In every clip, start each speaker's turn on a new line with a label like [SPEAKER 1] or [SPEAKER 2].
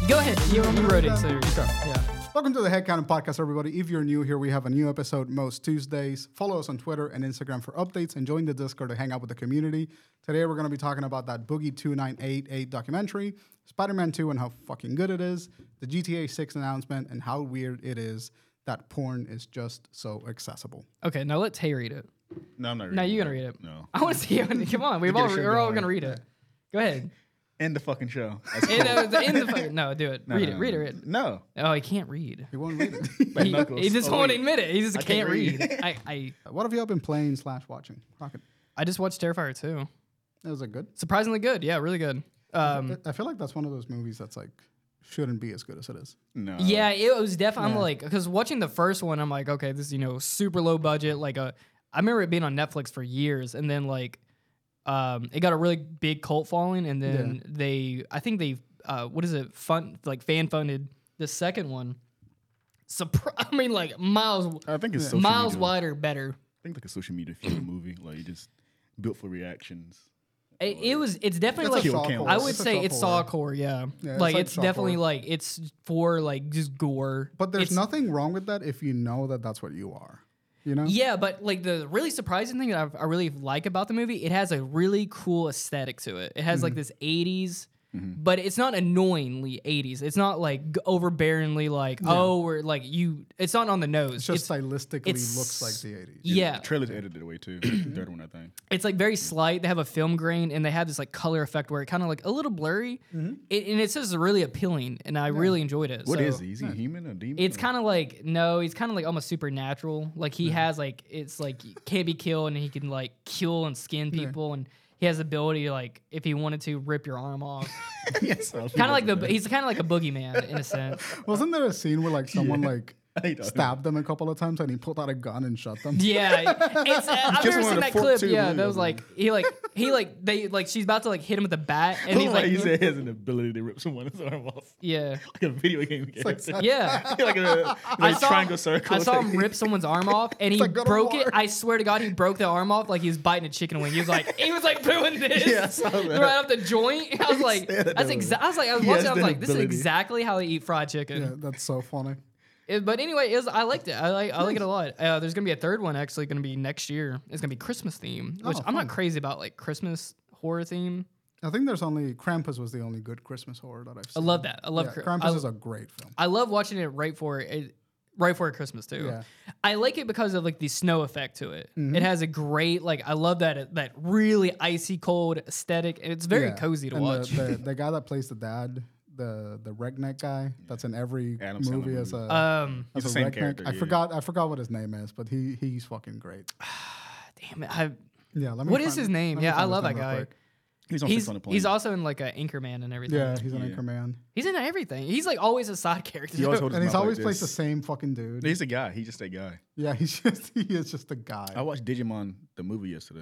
[SPEAKER 1] you, you wrote it, so you start. Yeah.
[SPEAKER 2] Welcome to the Headcanon Podcast, everybody. If you're new here, we have a new episode most Tuesdays. Follow us on Twitter and Instagram for updates and join the Discord to hang out with the community. Today, we're going to be talking about that Boogie 2988 documentary, Spider Man 2 and how fucking good it is, the GTA 6 announcement, and how weird it is that porn is just so accessible.
[SPEAKER 1] Okay, now let Tay read it.
[SPEAKER 3] No, I'm not reading
[SPEAKER 1] Now you're
[SPEAKER 3] that.
[SPEAKER 1] gonna read it.
[SPEAKER 3] No.
[SPEAKER 1] I want to see you. Come on, we've
[SPEAKER 2] Get
[SPEAKER 1] all
[SPEAKER 2] your shit
[SPEAKER 1] we're all
[SPEAKER 2] going.
[SPEAKER 1] gonna read it. Go ahead.
[SPEAKER 3] End the fucking show. That's
[SPEAKER 1] In,
[SPEAKER 3] cool.
[SPEAKER 1] uh, the- in the fu- no, do it.
[SPEAKER 3] No,
[SPEAKER 1] read
[SPEAKER 3] no,
[SPEAKER 1] it.
[SPEAKER 3] no,
[SPEAKER 1] Read it.
[SPEAKER 3] no.
[SPEAKER 1] Read it.
[SPEAKER 3] No.
[SPEAKER 1] Oh, he can't read.
[SPEAKER 2] You won't read it.
[SPEAKER 3] My
[SPEAKER 1] He,
[SPEAKER 3] knuckles.
[SPEAKER 1] he just
[SPEAKER 3] Oh,
[SPEAKER 1] won't
[SPEAKER 3] wait.
[SPEAKER 1] admit it. He just can't,
[SPEAKER 3] can't
[SPEAKER 1] read.
[SPEAKER 3] read.
[SPEAKER 1] I, I
[SPEAKER 2] what have y'all been playing slash watching? Rocket.
[SPEAKER 1] I just watched Terrifier 2.
[SPEAKER 2] That was a good.
[SPEAKER 1] Surprisingly good. Yeah, really good. Um,
[SPEAKER 2] I feel like that's one of those movies that's like shouldn't be as good as it is.
[SPEAKER 3] No.
[SPEAKER 1] Yeah, it was definitely. I'm
[SPEAKER 2] Yeah.
[SPEAKER 1] like, because watching the first one, I'm like, okay, this is, you know, super low budget. Like, a, I remember it being on Netflix for years, and then, like, um, it got a really big cult following, and then they, I think they, uh, what is it, fun, like fan funded the second one. Surpri- I mean, like, miles,
[SPEAKER 3] I think it's social
[SPEAKER 1] miles
[SPEAKER 3] media.
[SPEAKER 1] wider, better.
[SPEAKER 3] I think like a social media fueled movie. Like you just built for reactions.
[SPEAKER 1] It, it was, it's definitely
[SPEAKER 2] It's a
[SPEAKER 1] like,
[SPEAKER 2] Saw
[SPEAKER 3] Kill
[SPEAKER 2] Cam.
[SPEAKER 3] Cam.
[SPEAKER 1] I would
[SPEAKER 2] It's a
[SPEAKER 1] say it's saw
[SPEAKER 2] Saw
[SPEAKER 1] core, yeah.
[SPEAKER 2] Yeah, it's
[SPEAKER 1] like,
[SPEAKER 2] like
[SPEAKER 1] it's
[SPEAKER 2] Saw
[SPEAKER 1] definitely
[SPEAKER 2] core.
[SPEAKER 1] like, it's for like just gore.
[SPEAKER 2] But there's
[SPEAKER 1] It's-
[SPEAKER 2] nothing wrong with that if you know that that's what you are. You know?
[SPEAKER 1] Yeah, but like the really surprising thing that I, I really like about the movie, it has a really cool aesthetic to it. It has
[SPEAKER 2] Mm-hmm.
[SPEAKER 1] like this 80s, but it's not annoyingly 80s. It's not like g- overbearingly like, oh, we're like you, it's not on the nose.
[SPEAKER 2] It's
[SPEAKER 1] it's,
[SPEAKER 2] just stylistically
[SPEAKER 1] it's-
[SPEAKER 2] looks like the 80s.
[SPEAKER 1] yeah,
[SPEAKER 3] The trailer's edited away too. the third one, I think.
[SPEAKER 1] it's like very slight. They have a film grain and they have this like color effect where it kind of like a little blurry.
[SPEAKER 2] Mm-hmm.
[SPEAKER 1] It, and it's just really appealing. And I really enjoyed it.
[SPEAKER 3] What
[SPEAKER 1] so.
[SPEAKER 3] is he? Is he a human or demon?
[SPEAKER 1] It's
[SPEAKER 3] or-
[SPEAKER 1] kind of like no, he's kind of like almost supernatural. Like
[SPEAKER 3] Mm-hmm.
[SPEAKER 1] he has like it's like he can't be killed, and he can like kill and skin people, and he has the ability to, like if he wanted to rip your arm off.
[SPEAKER 3] Yes, I was
[SPEAKER 1] kind of like the
[SPEAKER 3] thinking
[SPEAKER 1] he's kind of like a boogeyman in a sense.
[SPEAKER 2] Wasn't there a scene where like someone like
[SPEAKER 3] about that. I know.
[SPEAKER 2] stabbed them a couple of times and he pulled out a gun and shot them?
[SPEAKER 1] Yeah, it's, uh, I've
[SPEAKER 3] Just
[SPEAKER 1] never
[SPEAKER 3] wanted
[SPEAKER 1] seen
[SPEAKER 3] to
[SPEAKER 1] that
[SPEAKER 3] fork
[SPEAKER 1] clip.
[SPEAKER 3] two
[SPEAKER 1] Yeah, that was
[SPEAKER 3] limbs.
[SPEAKER 1] like he like he like they like she's about to like hit him with the bat, and he's
[SPEAKER 3] That's why
[SPEAKER 1] like
[SPEAKER 3] he said he has an ability to rip someone's arm off,
[SPEAKER 1] yeah.
[SPEAKER 3] like a video game character.
[SPEAKER 2] like-
[SPEAKER 1] Yeah,
[SPEAKER 3] like a like triangle circle.
[SPEAKER 1] I saw him
[SPEAKER 3] thing.
[SPEAKER 1] rip someone's arm off, and he
[SPEAKER 2] like God of
[SPEAKER 1] broke it.
[SPEAKER 2] War.
[SPEAKER 1] I swear to God, he broke the arm off like he was biting a chicken wing. He was like, he was like doing this
[SPEAKER 3] Yeah, I saw that.
[SPEAKER 1] right off the joint. I was like,
[SPEAKER 3] said that
[SPEAKER 1] that's
[SPEAKER 3] was-
[SPEAKER 1] exactly. I was like, I was
[SPEAKER 3] He
[SPEAKER 1] watching.
[SPEAKER 3] has
[SPEAKER 1] I was
[SPEAKER 3] that
[SPEAKER 1] like, this is
[SPEAKER 3] ability.
[SPEAKER 1] exactly how they eat fried chicken.
[SPEAKER 2] Yeah, that's so funny.
[SPEAKER 1] It- but anyway, it was, I liked it. I like I like it a lot. Uh, there's gonna be a third one actually gonna be next year. It's gonna be Christmas theme, which
[SPEAKER 2] Oh,
[SPEAKER 1] I'm
[SPEAKER 2] fun.
[SPEAKER 1] not crazy about like Christmas horror theme.
[SPEAKER 2] I think there's only Krampus was the only good Christmas horror that I've
[SPEAKER 1] I
[SPEAKER 2] seen.
[SPEAKER 1] love that. I love
[SPEAKER 2] Yeah,
[SPEAKER 1] Chri-
[SPEAKER 2] Krampus
[SPEAKER 1] I,
[SPEAKER 2] is a great film.
[SPEAKER 1] I love watching it right for it, right for Christmas too.
[SPEAKER 2] Yeah. Mm-hmm.
[SPEAKER 1] I like it because of like the snow effect to it. It has a great like I love that that really icy cold aesthetic. and It's very
[SPEAKER 2] Yeah.
[SPEAKER 1] cozy to
[SPEAKER 2] And the-
[SPEAKER 1] watch.
[SPEAKER 2] The, the guy that plays the dad, the the redneck guy that's in every
[SPEAKER 3] Adam Sandler
[SPEAKER 2] movie as a
[SPEAKER 3] movie.
[SPEAKER 1] um,
[SPEAKER 2] as
[SPEAKER 3] He's the
[SPEAKER 2] a
[SPEAKER 3] same
[SPEAKER 2] redneck.
[SPEAKER 3] character,
[SPEAKER 2] I
[SPEAKER 3] yeah, yeah.
[SPEAKER 2] forgot I forgot what his name is, but he he's fucking great.
[SPEAKER 1] damn it. I,
[SPEAKER 2] Yeah, let me
[SPEAKER 1] what is
[SPEAKER 2] find-
[SPEAKER 1] his name?
[SPEAKER 2] let me
[SPEAKER 1] Yeah, I
[SPEAKER 2] find his
[SPEAKER 1] love that
[SPEAKER 2] name real
[SPEAKER 1] guy.
[SPEAKER 2] quick.
[SPEAKER 3] He's on
[SPEAKER 1] He's
[SPEAKER 3] Six on a plane.
[SPEAKER 1] he's also in like an Anchorman and everything.
[SPEAKER 2] Yeah, he's an
[SPEAKER 3] Yeah.
[SPEAKER 2] anchor man.
[SPEAKER 1] He's in everything. He's like always a side character.
[SPEAKER 3] He always hold his
[SPEAKER 2] And he's
[SPEAKER 3] mouth like
[SPEAKER 2] always plays the
[SPEAKER 3] this.
[SPEAKER 2] same fucking dude.
[SPEAKER 3] He's a guy. He's just a guy.
[SPEAKER 2] yeah, he's just he is just a guy.
[SPEAKER 3] I watched Digimon the movie yesterday.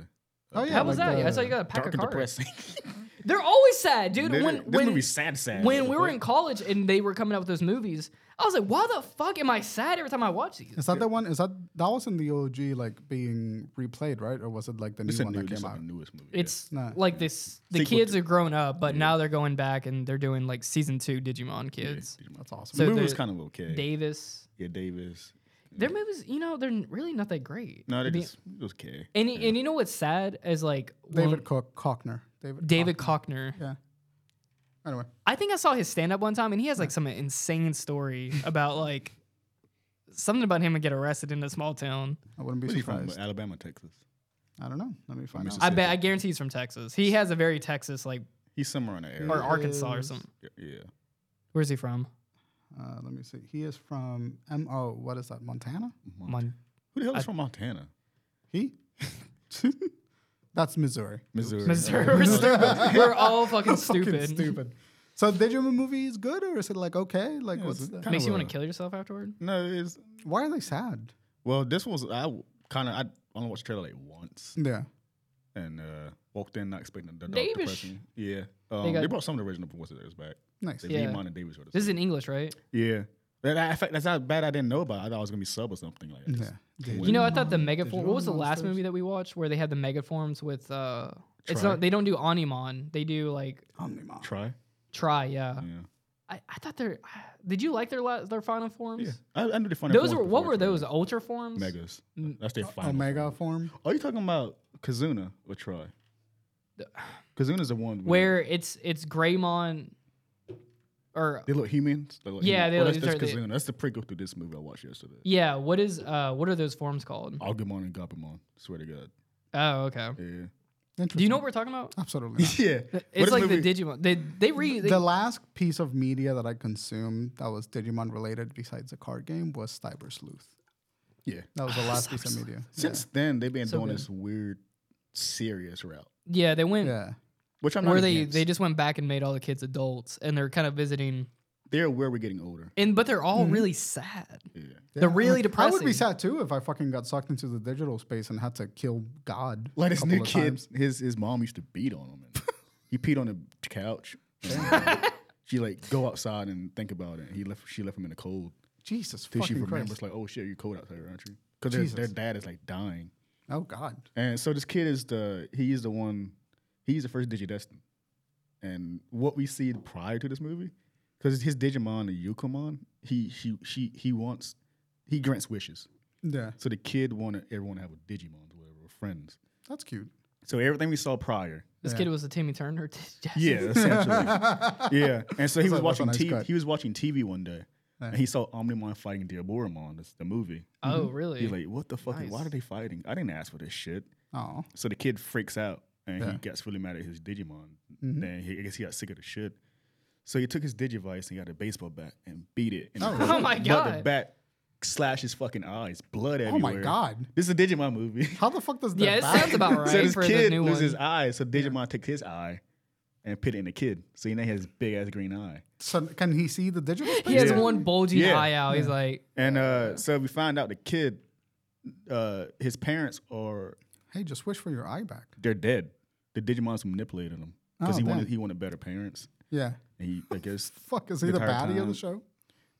[SPEAKER 3] Uh,
[SPEAKER 2] Oh, yeah,
[SPEAKER 1] How was
[SPEAKER 2] like
[SPEAKER 1] that?
[SPEAKER 2] the-
[SPEAKER 1] I saw you got a pack of
[SPEAKER 3] Dark and
[SPEAKER 1] cards.
[SPEAKER 3] depressing.
[SPEAKER 1] They're always sad, dude.
[SPEAKER 3] Nigga,
[SPEAKER 1] when
[SPEAKER 3] this
[SPEAKER 1] when
[SPEAKER 3] movie's sad, sad.
[SPEAKER 1] when
[SPEAKER 3] What
[SPEAKER 1] we
[SPEAKER 3] the
[SPEAKER 1] were
[SPEAKER 3] fuck?
[SPEAKER 1] in college and they were coming out with those movies, I was like, why the fuck am I sad every time I watch these?
[SPEAKER 2] Is that the one? Is that that was in the OG like being replayed, right? Or was it like the
[SPEAKER 3] It's
[SPEAKER 2] new
[SPEAKER 3] a
[SPEAKER 2] one
[SPEAKER 3] new,
[SPEAKER 2] that
[SPEAKER 3] this
[SPEAKER 2] came
[SPEAKER 3] is
[SPEAKER 2] out?
[SPEAKER 3] the newest movie. yeah.
[SPEAKER 1] It's
[SPEAKER 2] No.
[SPEAKER 1] like this. The
[SPEAKER 3] Sequel
[SPEAKER 1] kids
[SPEAKER 3] to-
[SPEAKER 1] are grown up, but now they're going back and they're doing like season two Digimon kids.
[SPEAKER 2] That's awesome.
[SPEAKER 3] the
[SPEAKER 1] so
[SPEAKER 3] movie
[SPEAKER 1] the-
[SPEAKER 3] was kind of okay.
[SPEAKER 1] Davis,
[SPEAKER 3] yeah, Davis.
[SPEAKER 1] their movies, you know, they're really not that great.
[SPEAKER 3] No, they
[SPEAKER 1] Be-
[SPEAKER 3] just it was okay.
[SPEAKER 1] and and you know what's sad is like when-
[SPEAKER 2] David Cook Cockner. David.
[SPEAKER 1] David Cockner.
[SPEAKER 2] Cock- yeah. Anyway,
[SPEAKER 1] I think I saw his stand up one time, and he has like some insane story about like something about him and get arrested in a small town.
[SPEAKER 2] I wouldn't be
[SPEAKER 3] Where's he from? uh,
[SPEAKER 2] surprised.
[SPEAKER 3] Alabama, Texas.
[SPEAKER 2] I don't know. Let me find out.
[SPEAKER 3] Mississippi.
[SPEAKER 1] I bet I guarantee he's from Texas. He has a very Texas like
[SPEAKER 3] He's somewhere on the area.
[SPEAKER 1] or Arkansas or
[SPEAKER 2] Yes.
[SPEAKER 1] something.
[SPEAKER 3] yeah.
[SPEAKER 1] Where's he from?
[SPEAKER 2] Uh, let me see. He is from M. Oh, what is that? Montana.
[SPEAKER 3] Mon-
[SPEAKER 1] Mon-
[SPEAKER 3] Who the hell is from Montana?
[SPEAKER 2] He. That's Missouri.
[SPEAKER 3] Missouri.
[SPEAKER 1] Missouri. We're, stupid. We're all fucking
[SPEAKER 2] Fucking
[SPEAKER 1] stupid.
[SPEAKER 2] stupid. So, Digimon movie is good, or is it like okay? Like,
[SPEAKER 3] Yeah,
[SPEAKER 2] what's
[SPEAKER 3] it's
[SPEAKER 2] the,
[SPEAKER 3] kind
[SPEAKER 1] Makes
[SPEAKER 3] of
[SPEAKER 1] you
[SPEAKER 3] a-
[SPEAKER 1] want to kill yourself afterward.
[SPEAKER 3] No, it's
[SPEAKER 2] why are they sad?
[SPEAKER 3] well. This was I kind of I only watched the trailer like once
[SPEAKER 2] Yeah.
[SPEAKER 3] and uh, walked in not expecting the dark
[SPEAKER 1] Davis.
[SPEAKER 3] depression. Yeah. Um, they,
[SPEAKER 1] got-
[SPEAKER 3] brought some of the original voices back.
[SPEAKER 2] Nice.
[SPEAKER 3] They
[SPEAKER 1] Yeah.
[SPEAKER 3] reminded Davis. wrote the
[SPEAKER 1] This is
[SPEAKER 3] song.
[SPEAKER 1] in English, right?
[SPEAKER 3] Yeah. That, I- in fact, that's how bad I didn't know about. it. I thought it was gonna be sub or something like that.
[SPEAKER 2] Yeah. Digimon.
[SPEAKER 1] You know, I thought the megaform.
[SPEAKER 2] Digital
[SPEAKER 1] What was the last
[SPEAKER 2] monsters.
[SPEAKER 1] movie that we watched where they had the megaforms with? uh It's
[SPEAKER 3] Try.
[SPEAKER 1] not. They don't do Animon. They do like
[SPEAKER 2] Omnimon.
[SPEAKER 3] Try.
[SPEAKER 1] try. Yeah.
[SPEAKER 3] Yeah.
[SPEAKER 1] I, I thought their. Did you like their la- their final forms?
[SPEAKER 3] Yeah. I, I knew the final.
[SPEAKER 1] Those
[SPEAKER 3] forms
[SPEAKER 1] were what
[SPEAKER 3] before
[SPEAKER 1] were
[SPEAKER 3] it came
[SPEAKER 1] those
[SPEAKER 3] out.
[SPEAKER 1] ultra forms?
[SPEAKER 3] Megas.
[SPEAKER 1] Mm.
[SPEAKER 3] That's their final.
[SPEAKER 2] Omega form.
[SPEAKER 3] Are you talking about Kazuna or Troy?
[SPEAKER 1] The-
[SPEAKER 3] Kazuna's the one
[SPEAKER 1] Where it's it's Greymon, or
[SPEAKER 3] they look humans. They look
[SPEAKER 1] Yeah,
[SPEAKER 3] humans.
[SPEAKER 1] they
[SPEAKER 3] Oh,
[SPEAKER 1] look-
[SPEAKER 3] that's, that's
[SPEAKER 1] these are the-
[SPEAKER 3] Kazuna. That's the prequel to this movie I watched yesterday.
[SPEAKER 1] yeah, what is uh what are those forms called?
[SPEAKER 3] Agumon and Gabumon. Swear to God.
[SPEAKER 1] Oh, okay.
[SPEAKER 3] Yeah.
[SPEAKER 1] Do you
[SPEAKER 2] Interesting.
[SPEAKER 1] know what we're talking about?
[SPEAKER 2] Absolutely. not.
[SPEAKER 3] yeah. What
[SPEAKER 1] It's
[SPEAKER 3] is
[SPEAKER 1] like
[SPEAKER 3] movie-
[SPEAKER 1] the Digimon. They they re they-
[SPEAKER 2] the last piece of media that I consumed that was Digimon related, besides the card game, was Cyber Sleuth.
[SPEAKER 3] Yeah.
[SPEAKER 2] That
[SPEAKER 1] Ah,
[SPEAKER 2] was the last piece of media.
[SPEAKER 3] Since then, they've been
[SPEAKER 1] So
[SPEAKER 3] doing
[SPEAKER 1] good.
[SPEAKER 3] this weird, serious route,
[SPEAKER 1] yeah they went
[SPEAKER 2] Yeah.
[SPEAKER 3] which I'm not.
[SPEAKER 1] where they
[SPEAKER 3] against.
[SPEAKER 1] they just went back and made all the kids adults and they're kind of visiting
[SPEAKER 3] they're aware we're getting older.
[SPEAKER 1] and but they're all really sad.
[SPEAKER 3] Yeah.
[SPEAKER 1] They're
[SPEAKER 2] Mm-hmm. Yeah,
[SPEAKER 1] really
[SPEAKER 2] like, I would be
[SPEAKER 1] depressing.
[SPEAKER 2] sad too if I fucking got sucked into the digital space and had to kill God.
[SPEAKER 3] Like
[SPEAKER 2] a
[SPEAKER 3] this
[SPEAKER 2] couple
[SPEAKER 3] new
[SPEAKER 2] of
[SPEAKER 3] kid,
[SPEAKER 2] times.
[SPEAKER 3] his his mom used to beat on him. And he peed on the couch. And, uh, she like go outside and think about it. He left. She left him in the cold.
[SPEAKER 2] Jesus
[SPEAKER 3] Till she
[SPEAKER 2] fucking
[SPEAKER 3] remembers,
[SPEAKER 2] Christ.
[SPEAKER 3] like, oh shit, you're cold outside, aren't you? Because their
[SPEAKER 2] Jesus.
[SPEAKER 3] dad is like dying.
[SPEAKER 2] Oh God.
[SPEAKER 3] And so this kid is the he is the one he's the first Digidestin. And what we see prior to this movie, because his Digimon and Yukomon, he she she he wants he grants wishes.
[SPEAKER 2] Yeah.
[SPEAKER 3] So the kid wanted everyone to have a Digimon or whatever, or friends.
[SPEAKER 2] That's cute.
[SPEAKER 3] So everything we saw prior.
[SPEAKER 1] This kid was a Timmy Turner.
[SPEAKER 3] Yeah, essentially. yeah. And so he
[SPEAKER 2] That's a-
[SPEAKER 3] was
[SPEAKER 2] that's a
[SPEAKER 3] watching
[SPEAKER 2] nice
[SPEAKER 3] TV
[SPEAKER 2] cut.
[SPEAKER 3] he was watching TV one day.
[SPEAKER 2] Yeah.
[SPEAKER 3] And he saw Omnimon fighting Diaboromon, this- the movie.
[SPEAKER 1] Oh really?
[SPEAKER 3] Mm-hmm. He's like, what the fuck? Why
[SPEAKER 1] Nice.
[SPEAKER 3] are they fighting? I didn't ask for this shit.
[SPEAKER 2] Oh.
[SPEAKER 3] So the kid freaks out and he
[SPEAKER 2] Yeah. Mm-hmm.
[SPEAKER 3] gets really mad at his Digimon. Then he, I guess he got sick of the shit. So he took his Digivice and got a baseball bat and beat it. And
[SPEAKER 1] Oh my
[SPEAKER 3] But the
[SPEAKER 1] God.
[SPEAKER 3] bat slashed his fucking eyes, blood
[SPEAKER 2] Oh
[SPEAKER 3] everywhere.
[SPEAKER 2] my God.
[SPEAKER 3] This is a Digimon movie.
[SPEAKER 2] How the fuck does that?
[SPEAKER 1] yeah, it sounds about right
[SPEAKER 3] so this
[SPEAKER 1] for
[SPEAKER 3] kid
[SPEAKER 1] the new
[SPEAKER 3] loses
[SPEAKER 1] one.
[SPEAKER 3] his eye, so Digimon takes his eye and put it in the kid. So he now has big ass green eye.
[SPEAKER 2] So can he see the digital?
[SPEAKER 1] He
[SPEAKER 2] space?
[SPEAKER 1] has
[SPEAKER 3] Yeah.
[SPEAKER 1] one bulging
[SPEAKER 3] Yeah.
[SPEAKER 1] eye out. He's like,
[SPEAKER 3] And uh, so we find out the kid, uh, his parents are
[SPEAKER 2] Hey, just wish for your eye back.
[SPEAKER 3] they're dead. The Digimon's manipulated him because
[SPEAKER 2] Oh,
[SPEAKER 3] he
[SPEAKER 2] damn.
[SPEAKER 3] wanted he wanted better parents.
[SPEAKER 2] Yeah.
[SPEAKER 3] And he I guess
[SPEAKER 2] Fuck. Is he the
[SPEAKER 3] Entire
[SPEAKER 2] baddie of
[SPEAKER 3] time.
[SPEAKER 2] the show?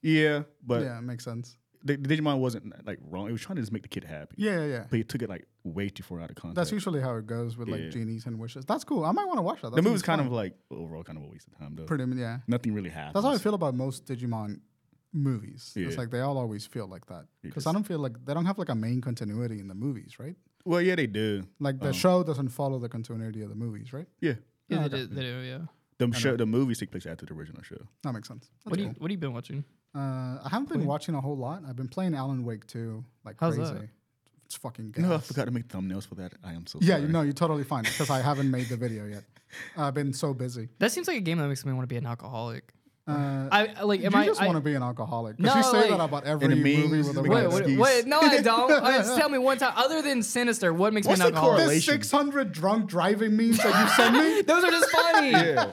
[SPEAKER 3] yeah, but
[SPEAKER 2] yeah, it makes sense.
[SPEAKER 3] the, the Digimon wasn't like wrong. It was trying to just make the kid happy.
[SPEAKER 2] Yeah, yeah, yeah.
[SPEAKER 3] But he took it like way too far out of context.
[SPEAKER 2] That's usually how it goes with like
[SPEAKER 3] Yeah.
[SPEAKER 2] genies and wishes. That's cool. I might want to watch that.
[SPEAKER 3] the movie's kind of like overall kind of a waste of time though.
[SPEAKER 2] pretty. Yeah.
[SPEAKER 3] Nothing really happens.
[SPEAKER 2] That's how I feel about most Digimon movies.
[SPEAKER 3] Yeah.
[SPEAKER 2] It's like they all always feel like that because I
[SPEAKER 3] Yes.
[SPEAKER 2] don't feel like they don't have like a main continuity in the movies, right?
[SPEAKER 3] Well, yeah, they do.
[SPEAKER 2] Like the
[SPEAKER 3] Um,
[SPEAKER 2] show doesn't follow the continuity of the movies, right?
[SPEAKER 3] Yeah,
[SPEAKER 1] yeah,
[SPEAKER 2] Oh,
[SPEAKER 1] they
[SPEAKER 2] okay.
[SPEAKER 1] do- they do, yeah.
[SPEAKER 3] the show, the movies take place after the original show.
[SPEAKER 2] That makes sense. That's
[SPEAKER 1] What do you
[SPEAKER 2] cool.
[SPEAKER 1] what have you been watching?
[SPEAKER 2] Uh, I haven't been watching a whole lot. I've been playing Alan Wake too, like
[SPEAKER 1] How's
[SPEAKER 2] crazy.
[SPEAKER 1] that?
[SPEAKER 2] It's fucking good.
[SPEAKER 3] No, I forgot to make thumbnails for that. I am so
[SPEAKER 2] Yeah,
[SPEAKER 3] sorry.
[SPEAKER 2] no, you're totally fine because I haven't made the video yet. I've been so busy.
[SPEAKER 1] That seems like a game that makes me want to be an alcoholic.
[SPEAKER 2] Uh,
[SPEAKER 1] I I- like am
[SPEAKER 2] you
[SPEAKER 1] I,
[SPEAKER 2] just
[SPEAKER 1] I-
[SPEAKER 2] want to be an alcoholic because you
[SPEAKER 1] No,
[SPEAKER 2] say
[SPEAKER 1] like-
[SPEAKER 2] that about every
[SPEAKER 3] memes,
[SPEAKER 2] movie
[SPEAKER 3] it's
[SPEAKER 2] with a
[SPEAKER 3] like-
[SPEAKER 1] Wait,
[SPEAKER 3] an
[SPEAKER 1] what,
[SPEAKER 3] excuse.
[SPEAKER 1] wait, no, I don't. Uh, just tell me one time, other than Sinister, what makes
[SPEAKER 3] What's
[SPEAKER 1] me an
[SPEAKER 3] the
[SPEAKER 1] alcoholic?
[SPEAKER 2] There's
[SPEAKER 3] Relation.
[SPEAKER 2] 600 drunk driving memes that you send me.
[SPEAKER 1] Those are just funny.
[SPEAKER 3] Yeah.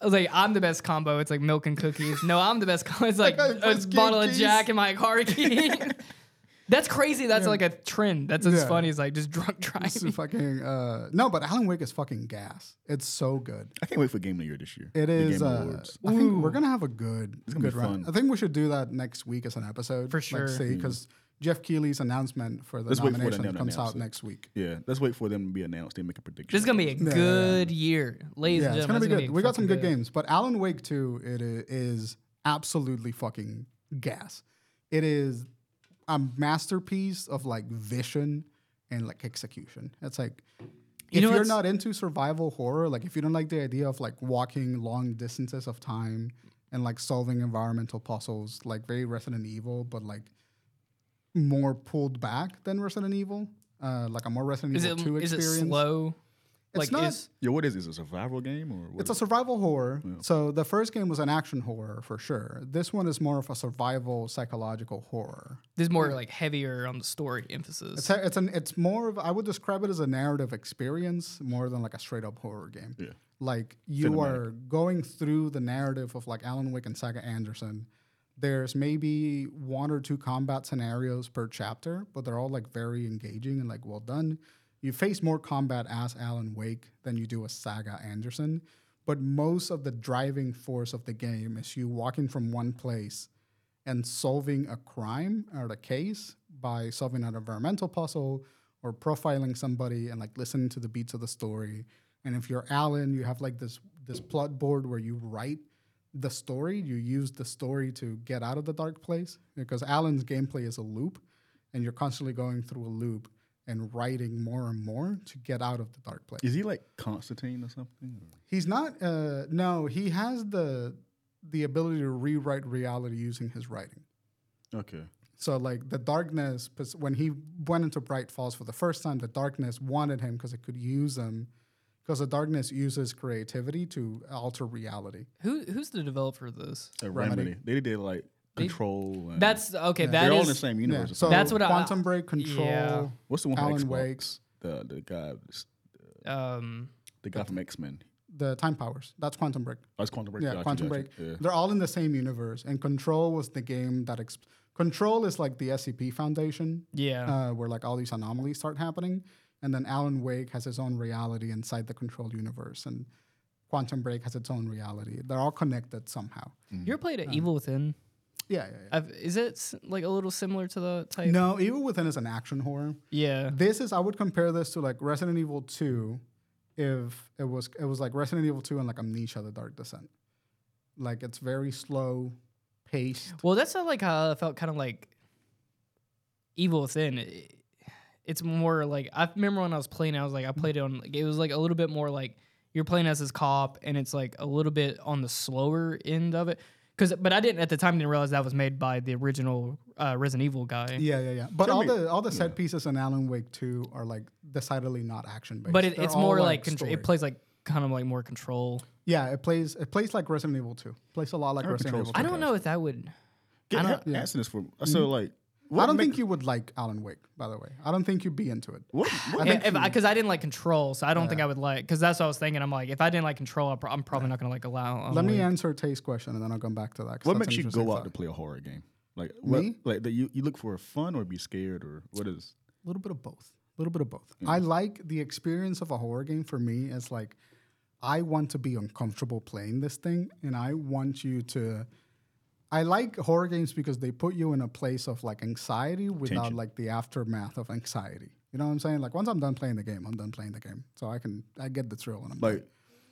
[SPEAKER 1] I was like, I'm the best combo. It's like milk and cookies. No, I'm the best combo. It's like
[SPEAKER 2] guy
[SPEAKER 1] a
[SPEAKER 2] plays
[SPEAKER 1] bottle of
[SPEAKER 2] keys.
[SPEAKER 1] Jack and my car key. That's crazy. That's like a trend. That's as
[SPEAKER 2] Yeah.
[SPEAKER 1] funny as like just drunk
[SPEAKER 2] It's a
[SPEAKER 1] driving.
[SPEAKER 2] fucking uh, no, but Alan Wake is fucking gas. It's so good.
[SPEAKER 3] I can't wait for Game of the Year this year.
[SPEAKER 2] It
[SPEAKER 3] The
[SPEAKER 2] is.
[SPEAKER 3] Game
[SPEAKER 2] Uh,
[SPEAKER 3] Awards.
[SPEAKER 2] I think we're gonna have a good,
[SPEAKER 3] gonna be
[SPEAKER 2] good round.
[SPEAKER 3] fun. Hmm.
[SPEAKER 2] I think we should do that next week as an episode
[SPEAKER 1] For sure.
[SPEAKER 2] Like, see, because Jeff Keeley's announcement for the
[SPEAKER 3] Let's wait for
[SPEAKER 2] nomination
[SPEAKER 3] them to
[SPEAKER 2] comes
[SPEAKER 3] announce
[SPEAKER 2] out
[SPEAKER 3] it.
[SPEAKER 2] next week.
[SPEAKER 3] Yeah, let's wait for them to be announced. They make a prediction.
[SPEAKER 1] This is gonna be a good year, ladies
[SPEAKER 2] Yeah,
[SPEAKER 1] and
[SPEAKER 2] it's
[SPEAKER 1] gentlemen.
[SPEAKER 2] gonna be
[SPEAKER 1] This is
[SPEAKER 2] good. we got some
[SPEAKER 1] fucking
[SPEAKER 2] good games, but Alan Wake 2, it i- is absolutely fucking gas. It is a masterpiece of like vision and like execution. It's like if
[SPEAKER 1] know
[SPEAKER 2] you're
[SPEAKER 1] what's-
[SPEAKER 2] not into survival horror, like if you don't like the idea of like walking long distances of time and like solving environmental puzzles, like very Resident Evil, but like more pulled back than Resident Evil, uh, like a more Resident
[SPEAKER 1] Is
[SPEAKER 2] Evil
[SPEAKER 1] it
[SPEAKER 2] 2
[SPEAKER 1] is it
[SPEAKER 2] experience.
[SPEAKER 1] slow? like
[SPEAKER 2] not-
[SPEAKER 1] is
[SPEAKER 3] Yo, what is this? A survival game or what?
[SPEAKER 2] It's a survival horror. So the first game was an action horror for sure. This one is more of a survival psychological horror.
[SPEAKER 1] this is more like heavier on the story emphasis?
[SPEAKER 2] It's a- it's an it's more of I would describe it as a narrative experience more than like a straight up horror game.
[SPEAKER 3] Yeah.
[SPEAKER 2] Like you are going through the narrative of like Alan Wake and Saga Anderson. There's maybe one or two combat scenarios per chapter, but they're all like very engaging and like well done. You face more combat as Alan Wake than you do as Saga Anderson, but most of the driving force of the game is you walking from one place and solving a crime or a case by solving an environmental puzzle or profiling somebody and like listening to the beats of the story. And if you're Alan, you have like this this plot board where you write the story. You use the story to get out of the dark place because Alan's gameplay is a loop, and you're constantly going through a loop and writing more and more to get out of the dark place.
[SPEAKER 3] Is he like Constantine or something? Or-
[SPEAKER 2] He's not. Uh, no, he has the the ability to rewrite reality using his writing.
[SPEAKER 3] Okay.
[SPEAKER 2] So like the darkness, pos- when he went into Bright Falls for the first time, the darkness wanted him because it could use him, because the darkness uses creativity to alter reality.
[SPEAKER 1] Who who's the developer of this?
[SPEAKER 3] A
[SPEAKER 2] Remedy.
[SPEAKER 3] remedy. They did like
[SPEAKER 1] They-
[SPEAKER 3] control. and-
[SPEAKER 1] That's okay.
[SPEAKER 2] Yeah.
[SPEAKER 3] they're
[SPEAKER 1] That
[SPEAKER 3] all in the
[SPEAKER 1] is
[SPEAKER 3] same
[SPEAKER 2] Yeah,
[SPEAKER 3] universe. or
[SPEAKER 2] So
[SPEAKER 3] something.
[SPEAKER 1] That's what I-
[SPEAKER 2] Quantum Break Control.
[SPEAKER 1] Yeah.
[SPEAKER 3] What's the one
[SPEAKER 2] Alan
[SPEAKER 3] from Xbox?
[SPEAKER 2] Wakes.
[SPEAKER 3] The the guy
[SPEAKER 1] um
[SPEAKER 2] Uh,
[SPEAKER 3] the guy from X Men.
[SPEAKER 2] the time powers. That's Quantum Break.
[SPEAKER 3] Oh, it's Quantum Break.
[SPEAKER 2] Yeah,
[SPEAKER 3] Gotcha,
[SPEAKER 2] Quantum
[SPEAKER 3] gotcha.
[SPEAKER 2] Break.
[SPEAKER 3] Yeah.
[SPEAKER 2] They're all in the same universe. And Control was the game that exp- Control is like the SCP Foundation,
[SPEAKER 1] yeah.
[SPEAKER 2] uh, where like all these anomalies start happening. And then Alan Wake has his own reality inside the Control universe, and Quantum Break has its own reality. They're all connected somehow.
[SPEAKER 1] you ever played
[SPEAKER 2] Uh,
[SPEAKER 1] Evil Within?
[SPEAKER 2] Yeah, yeah, yeah.
[SPEAKER 1] I've, is it s- like a little similar to the type?
[SPEAKER 2] No, Evil Within is an action horror.
[SPEAKER 1] Yeah.
[SPEAKER 2] This is I would compare this to like Resident Evil Two, if it was it was like Resident Evil Two and like Amnesia: The Dark Descent. Like it's very slow paced.
[SPEAKER 1] Well, that's not like how I felt kind of like Evil Within. It- It's more like I remember when I was playing, I was like, I played it on, like, it was like a little bit more like you're playing as this cop and it's like a little bit on the slower end of it. Cause, but I didn't at the time didn't realize that was made by the original uh, Resident Evil guy.
[SPEAKER 2] Yeah, yeah, yeah. But
[SPEAKER 3] Tell
[SPEAKER 2] all
[SPEAKER 3] me-
[SPEAKER 2] the all the set pieces in Alan Wake Two are like decidedly not action based.
[SPEAKER 1] But it, it's more like, contr- it plays like kind of like more control.
[SPEAKER 2] yeah, it plays it plays like Resident Evil Two. Plays a lot like
[SPEAKER 3] heard
[SPEAKER 2] Resident
[SPEAKER 3] Control's
[SPEAKER 2] Evil.
[SPEAKER 1] I
[SPEAKER 2] 2.
[SPEAKER 1] don't know if that would. I
[SPEAKER 3] Get, I
[SPEAKER 1] don't-
[SPEAKER 3] Asking this for so like.
[SPEAKER 2] Mm-hmm. I
[SPEAKER 3] what
[SPEAKER 2] don't
[SPEAKER 3] make-
[SPEAKER 2] think you would like Alan Wake. By the way, I don't think you'd be into it.
[SPEAKER 3] What, what
[SPEAKER 2] think
[SPEAKER 1] Because
[SPEAKER 2] you-
[SPEAKER 1] I, 'cause I didn't like control, so I don't think I would like. Because that's what I was thinking. I'm like, if I didn't like control, I pro- I'm probably not gonna like allow. um,
[SPEAKER 2] Let me
[SPEAKER 1] Wake.
[SPEAKER 2] answer Tay's question and then I'll come back to that. 'cause
[SPEAKER 3] what
[SPEAKER 2] that's
[SPEAKER 3] makes
[SPEAKER 2] an
[SPEAKER 3] you
[SPEAKER 2] interesting
[SPEAKER 3] go out
[SPEAKER 2] thought.
[SPEAKER 3] to play a horror game? Like what?
[SPEAKER 2] Me?
[SPEAKER 3] Like that you you look for fun or be scared or what is?
[SPEAKER 2] a little bit of both. A little bit of both. I like the experience of a horror game for me is like I want to be uncomfortable playing this thing and I want you to I like horror games because they put you in a place of like anxiety without
[SPEAKER 3] Tension.
[SPEAKER 2] like the aftermath of anxiety. You know what I'm saying? Like once I'm done playing the game, I'm done playing the game. So I can I get the thrill and I'm
[SPEAKER 3] Like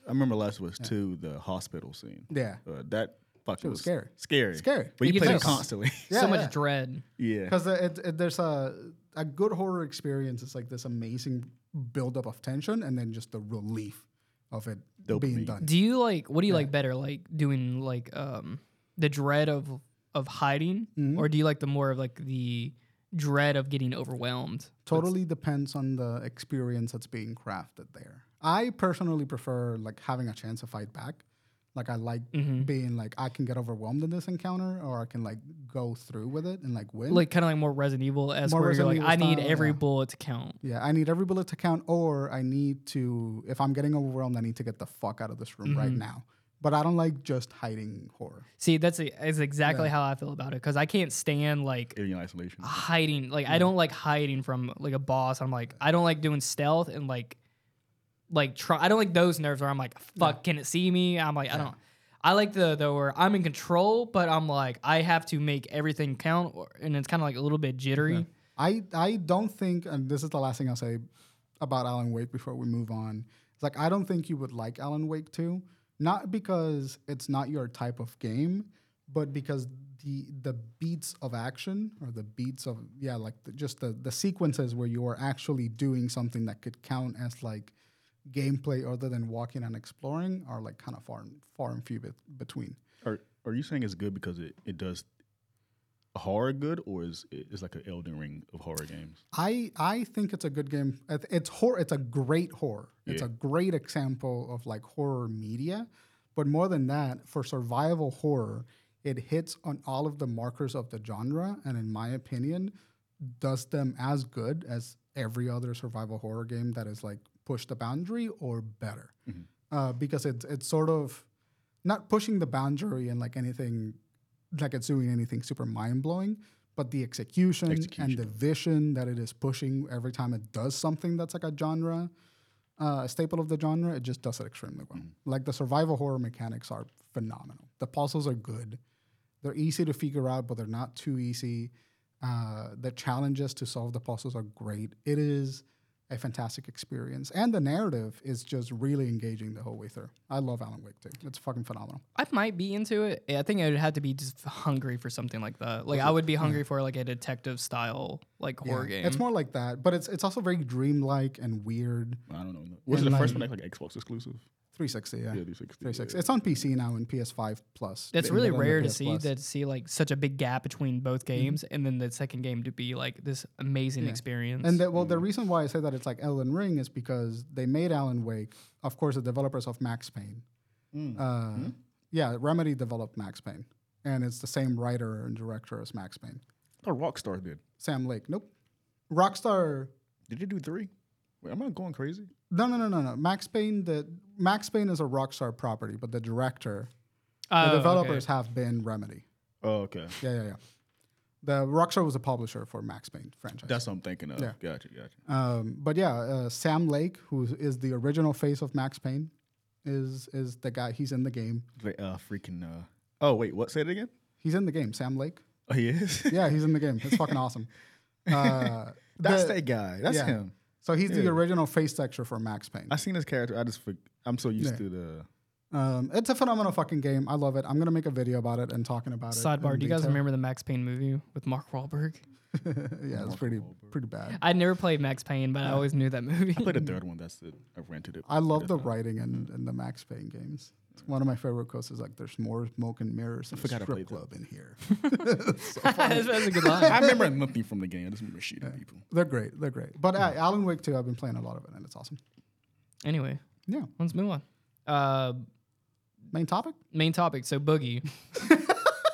[SPEAKER 3] I remember last was two the hospital scene.
[SPEAKER 2] yeah.
[SPEAKER 3] Uh, that fucking
[SPEAKER 2] was
[SPEAKER 3] was
[SPEAKER 2] scary.
[SPEAKER 3] Scary.
[SPEAKER 2] Scary.
[SPEAKER 3] But
[SPEAKER 1] It
[SPEAKER 3] you
[SPEAKER 1] gives
[SPEAKER 3] play
[SPEAKER 1] us-
[SPEAKER 3] it constantly.
[SPEAKER 2] Yeah,
[SPEAKER 1] so much
[SPEAKER 2] yeah.
[SPEAKER 1] dread.
[SPEAKER 3] yeah.
[SPEAKER 2] because it, it, there's a a good horror experience. It's like this amazing buildup of tension and then just the relief of it being
[SPEAKER 3] Dopamine.
[SPEAKER 2] done.
[SPEAKER 1] Do you like what do you like better? Like doing like um the dread of of hiding,
[SPEAKER 2] Mm-hmm.
[SPEAKER 1] or do you like the more of like the dread of getting overwhelmed?
[SPEAKER 2] totally depends on the experience that's being crafted there i personally prefer like having a chance to fight back like i like being like i can get overwhelmed in this encounter or i can like go through with it and like win
[SPEAKER 1] Like kind of like more Resident Evil as
[SPEAKER 2] More
[SPEAKER 1] where you're like,
[SPEAKER 2] Resident
[SPEAKER 1] I
[SPEAKER 2] Evil
[SPEAKER 1] need
[SPEAKER 2] style,
[SPEAKER 1] every
[SPEAKER 2] yeah.
[SPEAKER 1] bullet to count.
[SPEAKER 2] yeah i need every bullet to count or i need to if i'm getting overwhelmed i need to get the fuck out of this room right now but i don't like just hiding horror
[SPEAKER 1] See, that's is exactly how I feel about it because I can't stand like
[SPEAKER 3] Alien isolation.
[SPEAKER 2] Ah.
[SPEAKER 1] hiding like
[SPEAKER 2] Mm.
[SPEAKER 1] i don't like hiding from like a boss i'm like i don't like doing stealth and like like try i don't like those nerves where i'm like fuck can it see me i'm like i don't i like the the where i'm in control but i'm like i have to make everything count or, and it's kind of like a little bit jittery
[SPEAKER 2] I I don't think, and this is the last thing I'll say about Alan Wake before we move on. It's like I don't think you would like Alan Wake too, not because it's not your type of game, but because the the beats of action or the beats of yeah, like the, just the the sequences where you are actually doing something that could count as like gameplay other than walking and exploring are like kind of far and far and few bet between.
[SPEAKER 3] Are are you saying it's good because it, it does horror good or is it is like an Elden Ring of horror games?
[SPEAKER 2] I I think it's a good game. It- It's horror. It's a great horror. It's
[SPEAKER 3] Yeah.
[SPEAKER 2] a great example of like horror media, but more than that, for survival horror, it hits on all of the markers of the genre, and in my opinion, does them as good as every other survival horror game that is like push the boundary or better, uh, because it's it's sort of not pushing the boundary and like anything like it's doing anything super mind blowing, but the execution, and the vision that it is pushing every time it does something that's like a genre, uh, a staple of the genre, it just does it extremely well. Like the survival horror mechanics are phenomenal. The puzzles are good. They're easy to figure out, but they're not too easy. Uh, the challenges to solve the puzzles are great. It is a fantastic experience. And the narrative is just really engaging the whole way through. I love Alan Wake too. It's fucking phenomenal.
[SPEAKER 1] I might be into it. I think I'd have to be just hungry for something like that. Like I would be hungry for like a detective style like horror game.
[SPEAKER 2] It's more like that, but it's it's also very dreamlike and weird.
[SPEAKER 3] I don't know. Was it
[SPEAKER 2] And
[SPEAKER 3] the first
[SPEAKER 2] like-
[SPEAKER 3] one that, like Xbox exclusive?
[SPEAKER 2] 360, yeah.
[SPEAKER 3] Yeah, 360.
[SPEAKER 2] 360.
[SPEAKER 3] yeah.
[SPEAKER 2] It's on PS now and PS5 Plus.
[SPEAKER 1] That's
[SPEAKER 2] It-
[SPEAKER 1] really
[SPEAKER 2] and the
[SPEAKER 1] rare to
[SPEAKER 2] PS
[SPEAKER 1] see
[SPEAKER 2] Plus. Mm-hmm.
[SPEAKER 1] that see like such a big gap between both games and then the second game to be like this amazing experience.
[SPEAKER 2] And the, well,
[SPEAKER 1] Mm.
[SPEAKER 2] the reason why I say that it's like Ellen Ring is because they made Alan Wake, of course, the developers of Max Payne.
[SPEAKER 1] Mm.
[SPEAKER 2] Uh,
[SPEAKER 1] Hmm?
[SPEAKER 2] Yeah, Remedy developed Max Payne, and it's the same writer and director as Max Payne.
[SPEAKER 3] Oh, Rockstar did.
[SPEAKER 2] Sam Lake. Nope. Rockstar.
[SPEAKER 3] Did you do three? Wait, am I going crazy?
[SPEAKER 2] No, no, no, no, no. Max Payne. The Max Payne is a Rockstar property, but the director,
[SPEAKER 1] Oh,
[SPEAKER 2] the
[SPEAKER 1] okay.
[SPEAKER 2] developers have been Remedy.
[SPEAKER 3] Oh, okay.
[SPEAKER 2] Yeah, yeah, yeah. The Rockstar was a publisher for Max Payne franchise.
[SPEAKER 3] That's what I'm thinking of. Gotcha, gotcha.
[SPEAKER 2] Um, but yeah, uh, Sam Lake, who is the original face of Max Payne, is is the guy. He's in the game.
[SPEAKER 3] Like, uh, freaking. Uh, oh, wait, what? Say it again?
[SPEAKER 2] He's in the game. Sam Lake.
[SPEAKER 3] Oh, he is?
[SPEAKER 2] Yeah, he's in the game. It's fucking awesome. Uh,
[SPEAKER 3] That's
[SPEAKER 2] the-
[SPEAKER 3] that guy. That's
[SPEAKER 2] yeah.
[SPEAKER 3] him.
[SPEAKER 2] So he's the
[SPEAKER 3] Yeah.
[SPEAKER 2] original face texture for Max Payne.
[SPEAKER 3] I seen his character. I just, for, I'm so used
[SPEAKER 2] Yeah.
[SPEAKER 3] to the.
[SPEAKER 2] Um, it's a phenomenal fucking game. I love it. I'm gonna make a video about it and talking about it.
[SPEAKER 1] Sidebar:
[SPEAKER 2] in
[SPEAKER 1] Do you guys
[SPEAKER 2] detail.
[SPEAKER 1] remember the Max Payne movie with Mark Wahlberg?
[SPEAKER 2] yeah, it's pretty pretty bad.
[SPEAKER 1] I never played Max Payne, but I always knew that movie.
[SPEAKER 3] I played the third one. That's it. I rented it.
[SPEAKER 2] I love the writing in, in the Max Payne games. It's one of my favorite quotes is like, "There's more smoke and mirrors and
[SPEAKER 3] forgot I
[SPEAKER 2] strip
[SPEAKER 3] played that.
[SPEAKER 2] club in here."
[SPEAKER 1] that's, that's a good line.
[SPEAKER 3] I remember nothing from the game. I just remember shooting people.
[SPEAKER 2] They're great. They're great. But uh, Alan Wake too. I've been playing a lot of it, and it's awesome.
[SPEAKER 1] Anyway,
[SPEAKER 2] Yeah.
[SPEAKER 1] let's move on. Uh,
[SPEAKER 2] Main topic.
[SPEAKER 1] main topic. So boogie,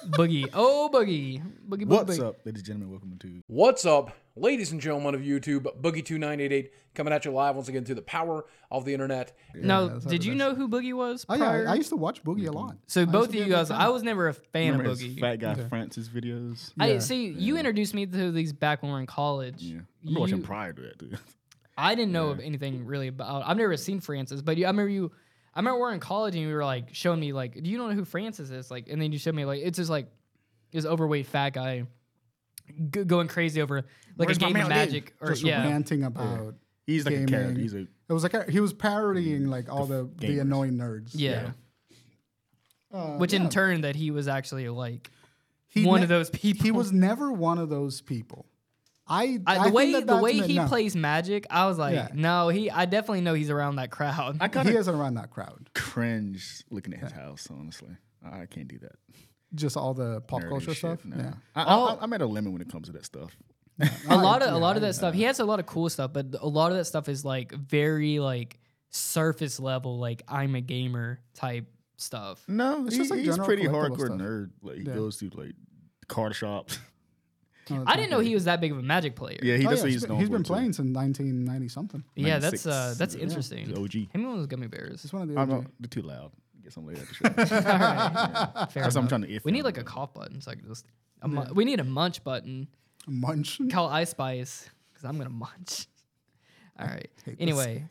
[SPEAKER 1] boogie. Oh boogie, boogie.
[SPEAKER 3] What's
[SPEAKER 1] boogie.
[SPEAKER 3] up, ladies and gentlemen? Welcome to
[SPEAKER 4] What's up, ladies and gentlemen of YouTube? Boogie2988 coming at you live once again through the power of the internet.
[SPEAKER 1] Now,
[SPEAKER 2] that's how
[SPEAKER 1] did
[SPEAKER 2] it
[SPEAKER 1] you
[SPEAKER 2] is.
[SPEAKER 1] know who Boogie was?
[SPEAKER 2] Oh yeah,
[SPEAKER 1] prior?
[SPEAKER 2] I, I used to watch Boogie a
[SPEAKER 3] Mm-hmm.
[SPEAKER 2] lot.
[SPEAKER 1] so both of
[SPEAKER 2] be a
[SPEAKER 1] you
[SPEAKER 2] big
[SPEAKER 1] guys.
[SPEAKER 2] fan.
[SPEAKER 1] I was never a fan of
[SPEAKER 3] remember his
[SPEAKER 1] Boogie.
[SPEAKER 3] fat guy Francis videos.
[SPEAKER 1] I see. You introduced me to these back when we were in college.
[SPEAKER 3] Yeah, I'm watching
[SPEAKER 1] You-
[SPEAKER 3] prior to that. Dude.
[SPEAKER 1] I didn't know of anything really about. I've never seen Francis, but you, I remember you. I remember we are in college and you were like showing me like, do you know who Francis is? Like, and then you showed me like it's just like this overweight fat guy g- going crazy over like
[SPEAKER 3] Where's
[SPEAKER 1] a
[SPEAKER 3] my
[SPEAKER 1] game of
[SPEAKER 3] Mountain Dew?
[SPEAKER 1] magic or
[SPEAKER 2] Just
[SPEAKER 1] yeah.
[SPEAKER 2] ranting about.
[SPEAKER 3] He's like a character.
[SPEAKER 2] Gaming.
[SPEAKER 3] He's a
[SPEAKER 2] It was like a, he was parodying like all the the
[SPEAKER 3] gamers.
[SPEAKER 2] annoying nerds.
[SPEAKER 1] yeah,
[SPEAKER 2] Uh,
[SPEAKER 1] which
[SPEAKER 2] yeah.
[SPEAKER 1] in turn that he was actually like
[SPEAKER 2] He
[SPEAKER 1] one
[SPEAKER 2] ne-
[SPEAKER 1] of those people.
[SPEAKER 2] He was never one of those people. I, I
[SPEAKER 1] I, the
[SPEAKER 2] think
[SPEAKER 1] way
[SPEAKER 2] that
[SPEAKER 1] the
[SPEAKER 2] that's
[SPEAKER 1] way
[SPEAKER 2] meant-
[SPEAKER 1] he
[SPEAKER 2] no.
[SPEAKER 1] plays magic. I was like,
[SPEAKER 2] Yeah.
[SPEAKER 1] no, he. I definitely know he's around that crowd.
[SPEAKER 3] I kind
[SPEAKER 2] he
[SPEAKER 3] of
[SPEAKER 2] isn't around that crowd.
[SPEAKER 3] cringe looking at his house. Honestly, I I can't do that.
[SPEAKER 2] Just all the pop
[SPEAKER 3] Nerdy
[SPEAKER 2] culture
[SPEAKER 3] shit,
[SPEAKER 2] stuff.
[SPEAKER 3] no.
[SPEAKER 2] Yeah.
[SPEAKER 3] I, I, I'm at a limit when it comes to that stuff.
[SPEAKER 1] a lot of a lot of that stuff. He has a lot of cool stuff, but a lot of that stuff is like very like surface level, like I'm a gamer type stuff.
[SPEAKER 3] No, it's
[SPEAKER 2] He-
[SPEAKER 3] just like
[SPEAKER 2] he's
[SPEAKER 3] he's
[SPEAKER 2] general
[SPEAKER 3] pretty
[SPEAKER 2] collectible
[SPEAKER 3] hardcore
[SPEAKER 2] stuff.
[SPEAKER 3] nerd. Like he goes to like car shops.
[SPEAKER 1] I didn't know he was that big of a magic player.
[SPEAKER 3] yeah, he
[SPEAKER 2] Oh,
[SPEAKER 3] does.
[SPEAKER 2] yeah,
[SPEAKER 3] what he's
[SPEAKER 2] he's been-
[SPEAKER 3] known
[SPEAKER 2] he's
[SPEAKER 3] for,
[SPEAKER 2] been
[SPEAKER 3] too.
[SPEAKER 2] playing since 1990 something.
[SPEAKER 1] Yeah, that's
[SPEAKER 3] 96.
[SPEAKER 1] uh that's
[SPEAKER 3] Yeah.
[SPEAKER 1] interesting.
[SPEAKER 3] He's OG.
[SPEAKER 1] Him and those gummy bears.
[SPEAKER 2] It's one of the.
[SPEAKER 3] I'm
[SPEAKER 2] OG.
[SPEAKER 3] not they're too loud. Get some later. after the show.
[SPEAKER 1] All right. Fair
[SPEAKER 3] That's what I'm
[SPEAKER 1] enough.
[SPEAKER 3] trying to. if
[SPEAKER 1] We need
[SPEAKER 3] them,
[SPEAKER 1] like a
[SPEAKER 3] but-
[SPEAKER 1] cough button, so I can just a mu- we need a munch button.
[SPEAKER 2] Munch.
[SPEAKER 1] Call Ice Spice because I'm gonna munch. All right. Anyway,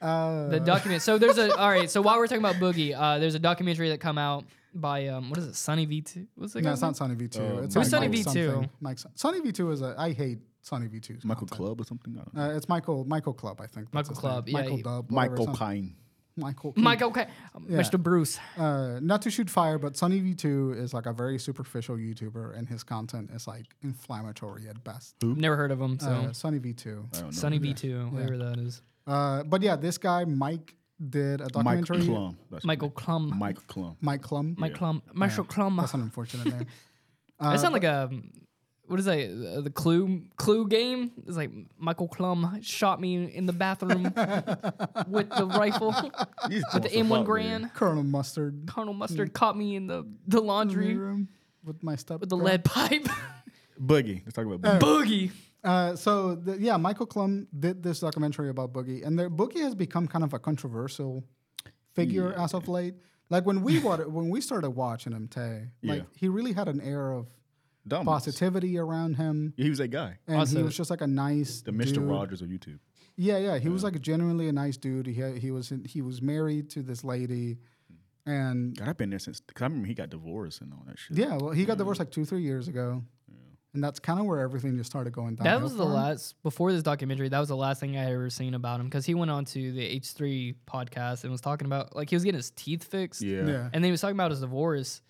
[SPEAKER 2] Uh,
[SPEAKER 1] the document. So there's a all right. So while we're talking about Boogie, uh, there's a documentary that come out by um what is it? Sunny V two. What's it?
[SPEAKER 2] no,
[SPEAKER 1] called?
[SPEAKER 2] it's not Sonny V2.
[SPEAKER 3] Oh,
[SPEAKER 2] it's
[SPEAKER 1] Who's
[SPEAKER 2] like
[SPEAKER 1] Sonny
[SPEAKER 2] Mike
[SPEAKER 1] V2?
[SPEAKER 2] something. Mike Son- Sonny V2 is a. I hate Sonny V2.
[SPEAKER 3] Michael Club or something. I don't know.
[SPEAKER 2] Uh, it's Michael Michael Club, I think. that's
[SPEAKER 1] Michael
[SPEAKER 2] his name.
[SPEAKER 1] Club, yeah,
[SPEAKER 2] Michael
[SPEAKER 1] he-
[SPEAKER 2] Dub. whatever
[SPEAKER 3] Michael
[SPEAKER 2] his name-
[SPEAKER 3] Pine.
[SPEAKER 2] Michael. Keane.
[SPEAKER 1] Mike, okay, Mr. um, Bruce.
[SPEAKER 2] Uh, not to shoot fire, but Sonny V2 is like a very superficial YouTuber, and his content is like inflammatory at best.
[SPEAKER 1] Never heard of him. So
[SPEAKER 2] Uh, Sonny V2.
[SPEAKER 1] Sunny V two, whoever that is.
[SPEAKER 2] Uh, but yeah, this guy Mike did a
[SPEAKER 3] Mike
[SPEAKER 2] documentary.
[SPEAKER 3] Clum. That's
[SPEAKER 1] Michael Clum. Mike,
[SPEAKER 3] Mike Clum.
[SPEAKER 2] Mike Clum.
[SPEAKER 1] Clum. Marshall Clum.
[SPEAKER 2] That's an unfortunate name.
[SPEAKER 1] that sounds like a um, what is that? uh, The Clue Clue game. It's like Michael Clum shot me in the bathroom with the rifle.
[SPEAKER 3] He's
[SPEAKER 1] with the
[SPEAKER 3] doing
[SPEAKER 1] M
[SPEAKER 3] stuff
[SPEAKER 1] one
[SPEAKER 3] out there.
[SPEAKER 1] Grand.
[SPEAKER 2] Colonel Mustard.
[SPEAKER 1] Colonel
[SPEAKER 3] Mm.
[SPEAKER 1] Mustard caught me in the the laundry
[SPEAKER 3] Mm-hmm.
[SPEAKER 2] Room with my stuff.
[SPEAKER 1] with the lead pipe.
[SPEAKER 3] Boogie. Let's talk about
[SPEAKER 1] Boogie.
[SPEAKER 3] Boogie.
[SPEAKER 2] Uh, so the, yeah, Michael Klum did this documentary about Boogie, and there, Boogie has become kind of a controversial figure as of late. Like when we wa- when we started watching him, Tay, like
[SPEAKER 3] Yeah.
[SPEAKER 2] he really had an air of
[SPEAKER 3] Dominance.
[SPEAKER 2] positivity around him,
[SPEAKER 3] He was that guy.
[SPEAKER 2] and he
[SPEAKER 1] Also-
[SPEAKER 2] was just like a nice
[SPEAKER 3] The Mr.
[SPEAKER 2] Uh, dude.
[SPEAKER 3] Rogers of YouTube.
[SPEAKER 2] Yeah, yeah, he was like genuinely a nice dude. He had, he was in, he was married to this lady, and
[SPEAKER 3] God, I've been there since. Cause I remember he got divorced and all that shit.
[SPEAKER 2] yeah, well, he got divorced like two three years ago, and that's kind of where everything just started going down.
[SPEAKER 1] That was the last before this documentary. That was the last thing I had ever seen about him because he went on to the H three podcast and was talking about like he was getting his teeth fixed.
[SPEAKER 3] Yeah.
[SPEAKER 2] Yeah.
[SPEAKER 1] and then he was talking about his divorce.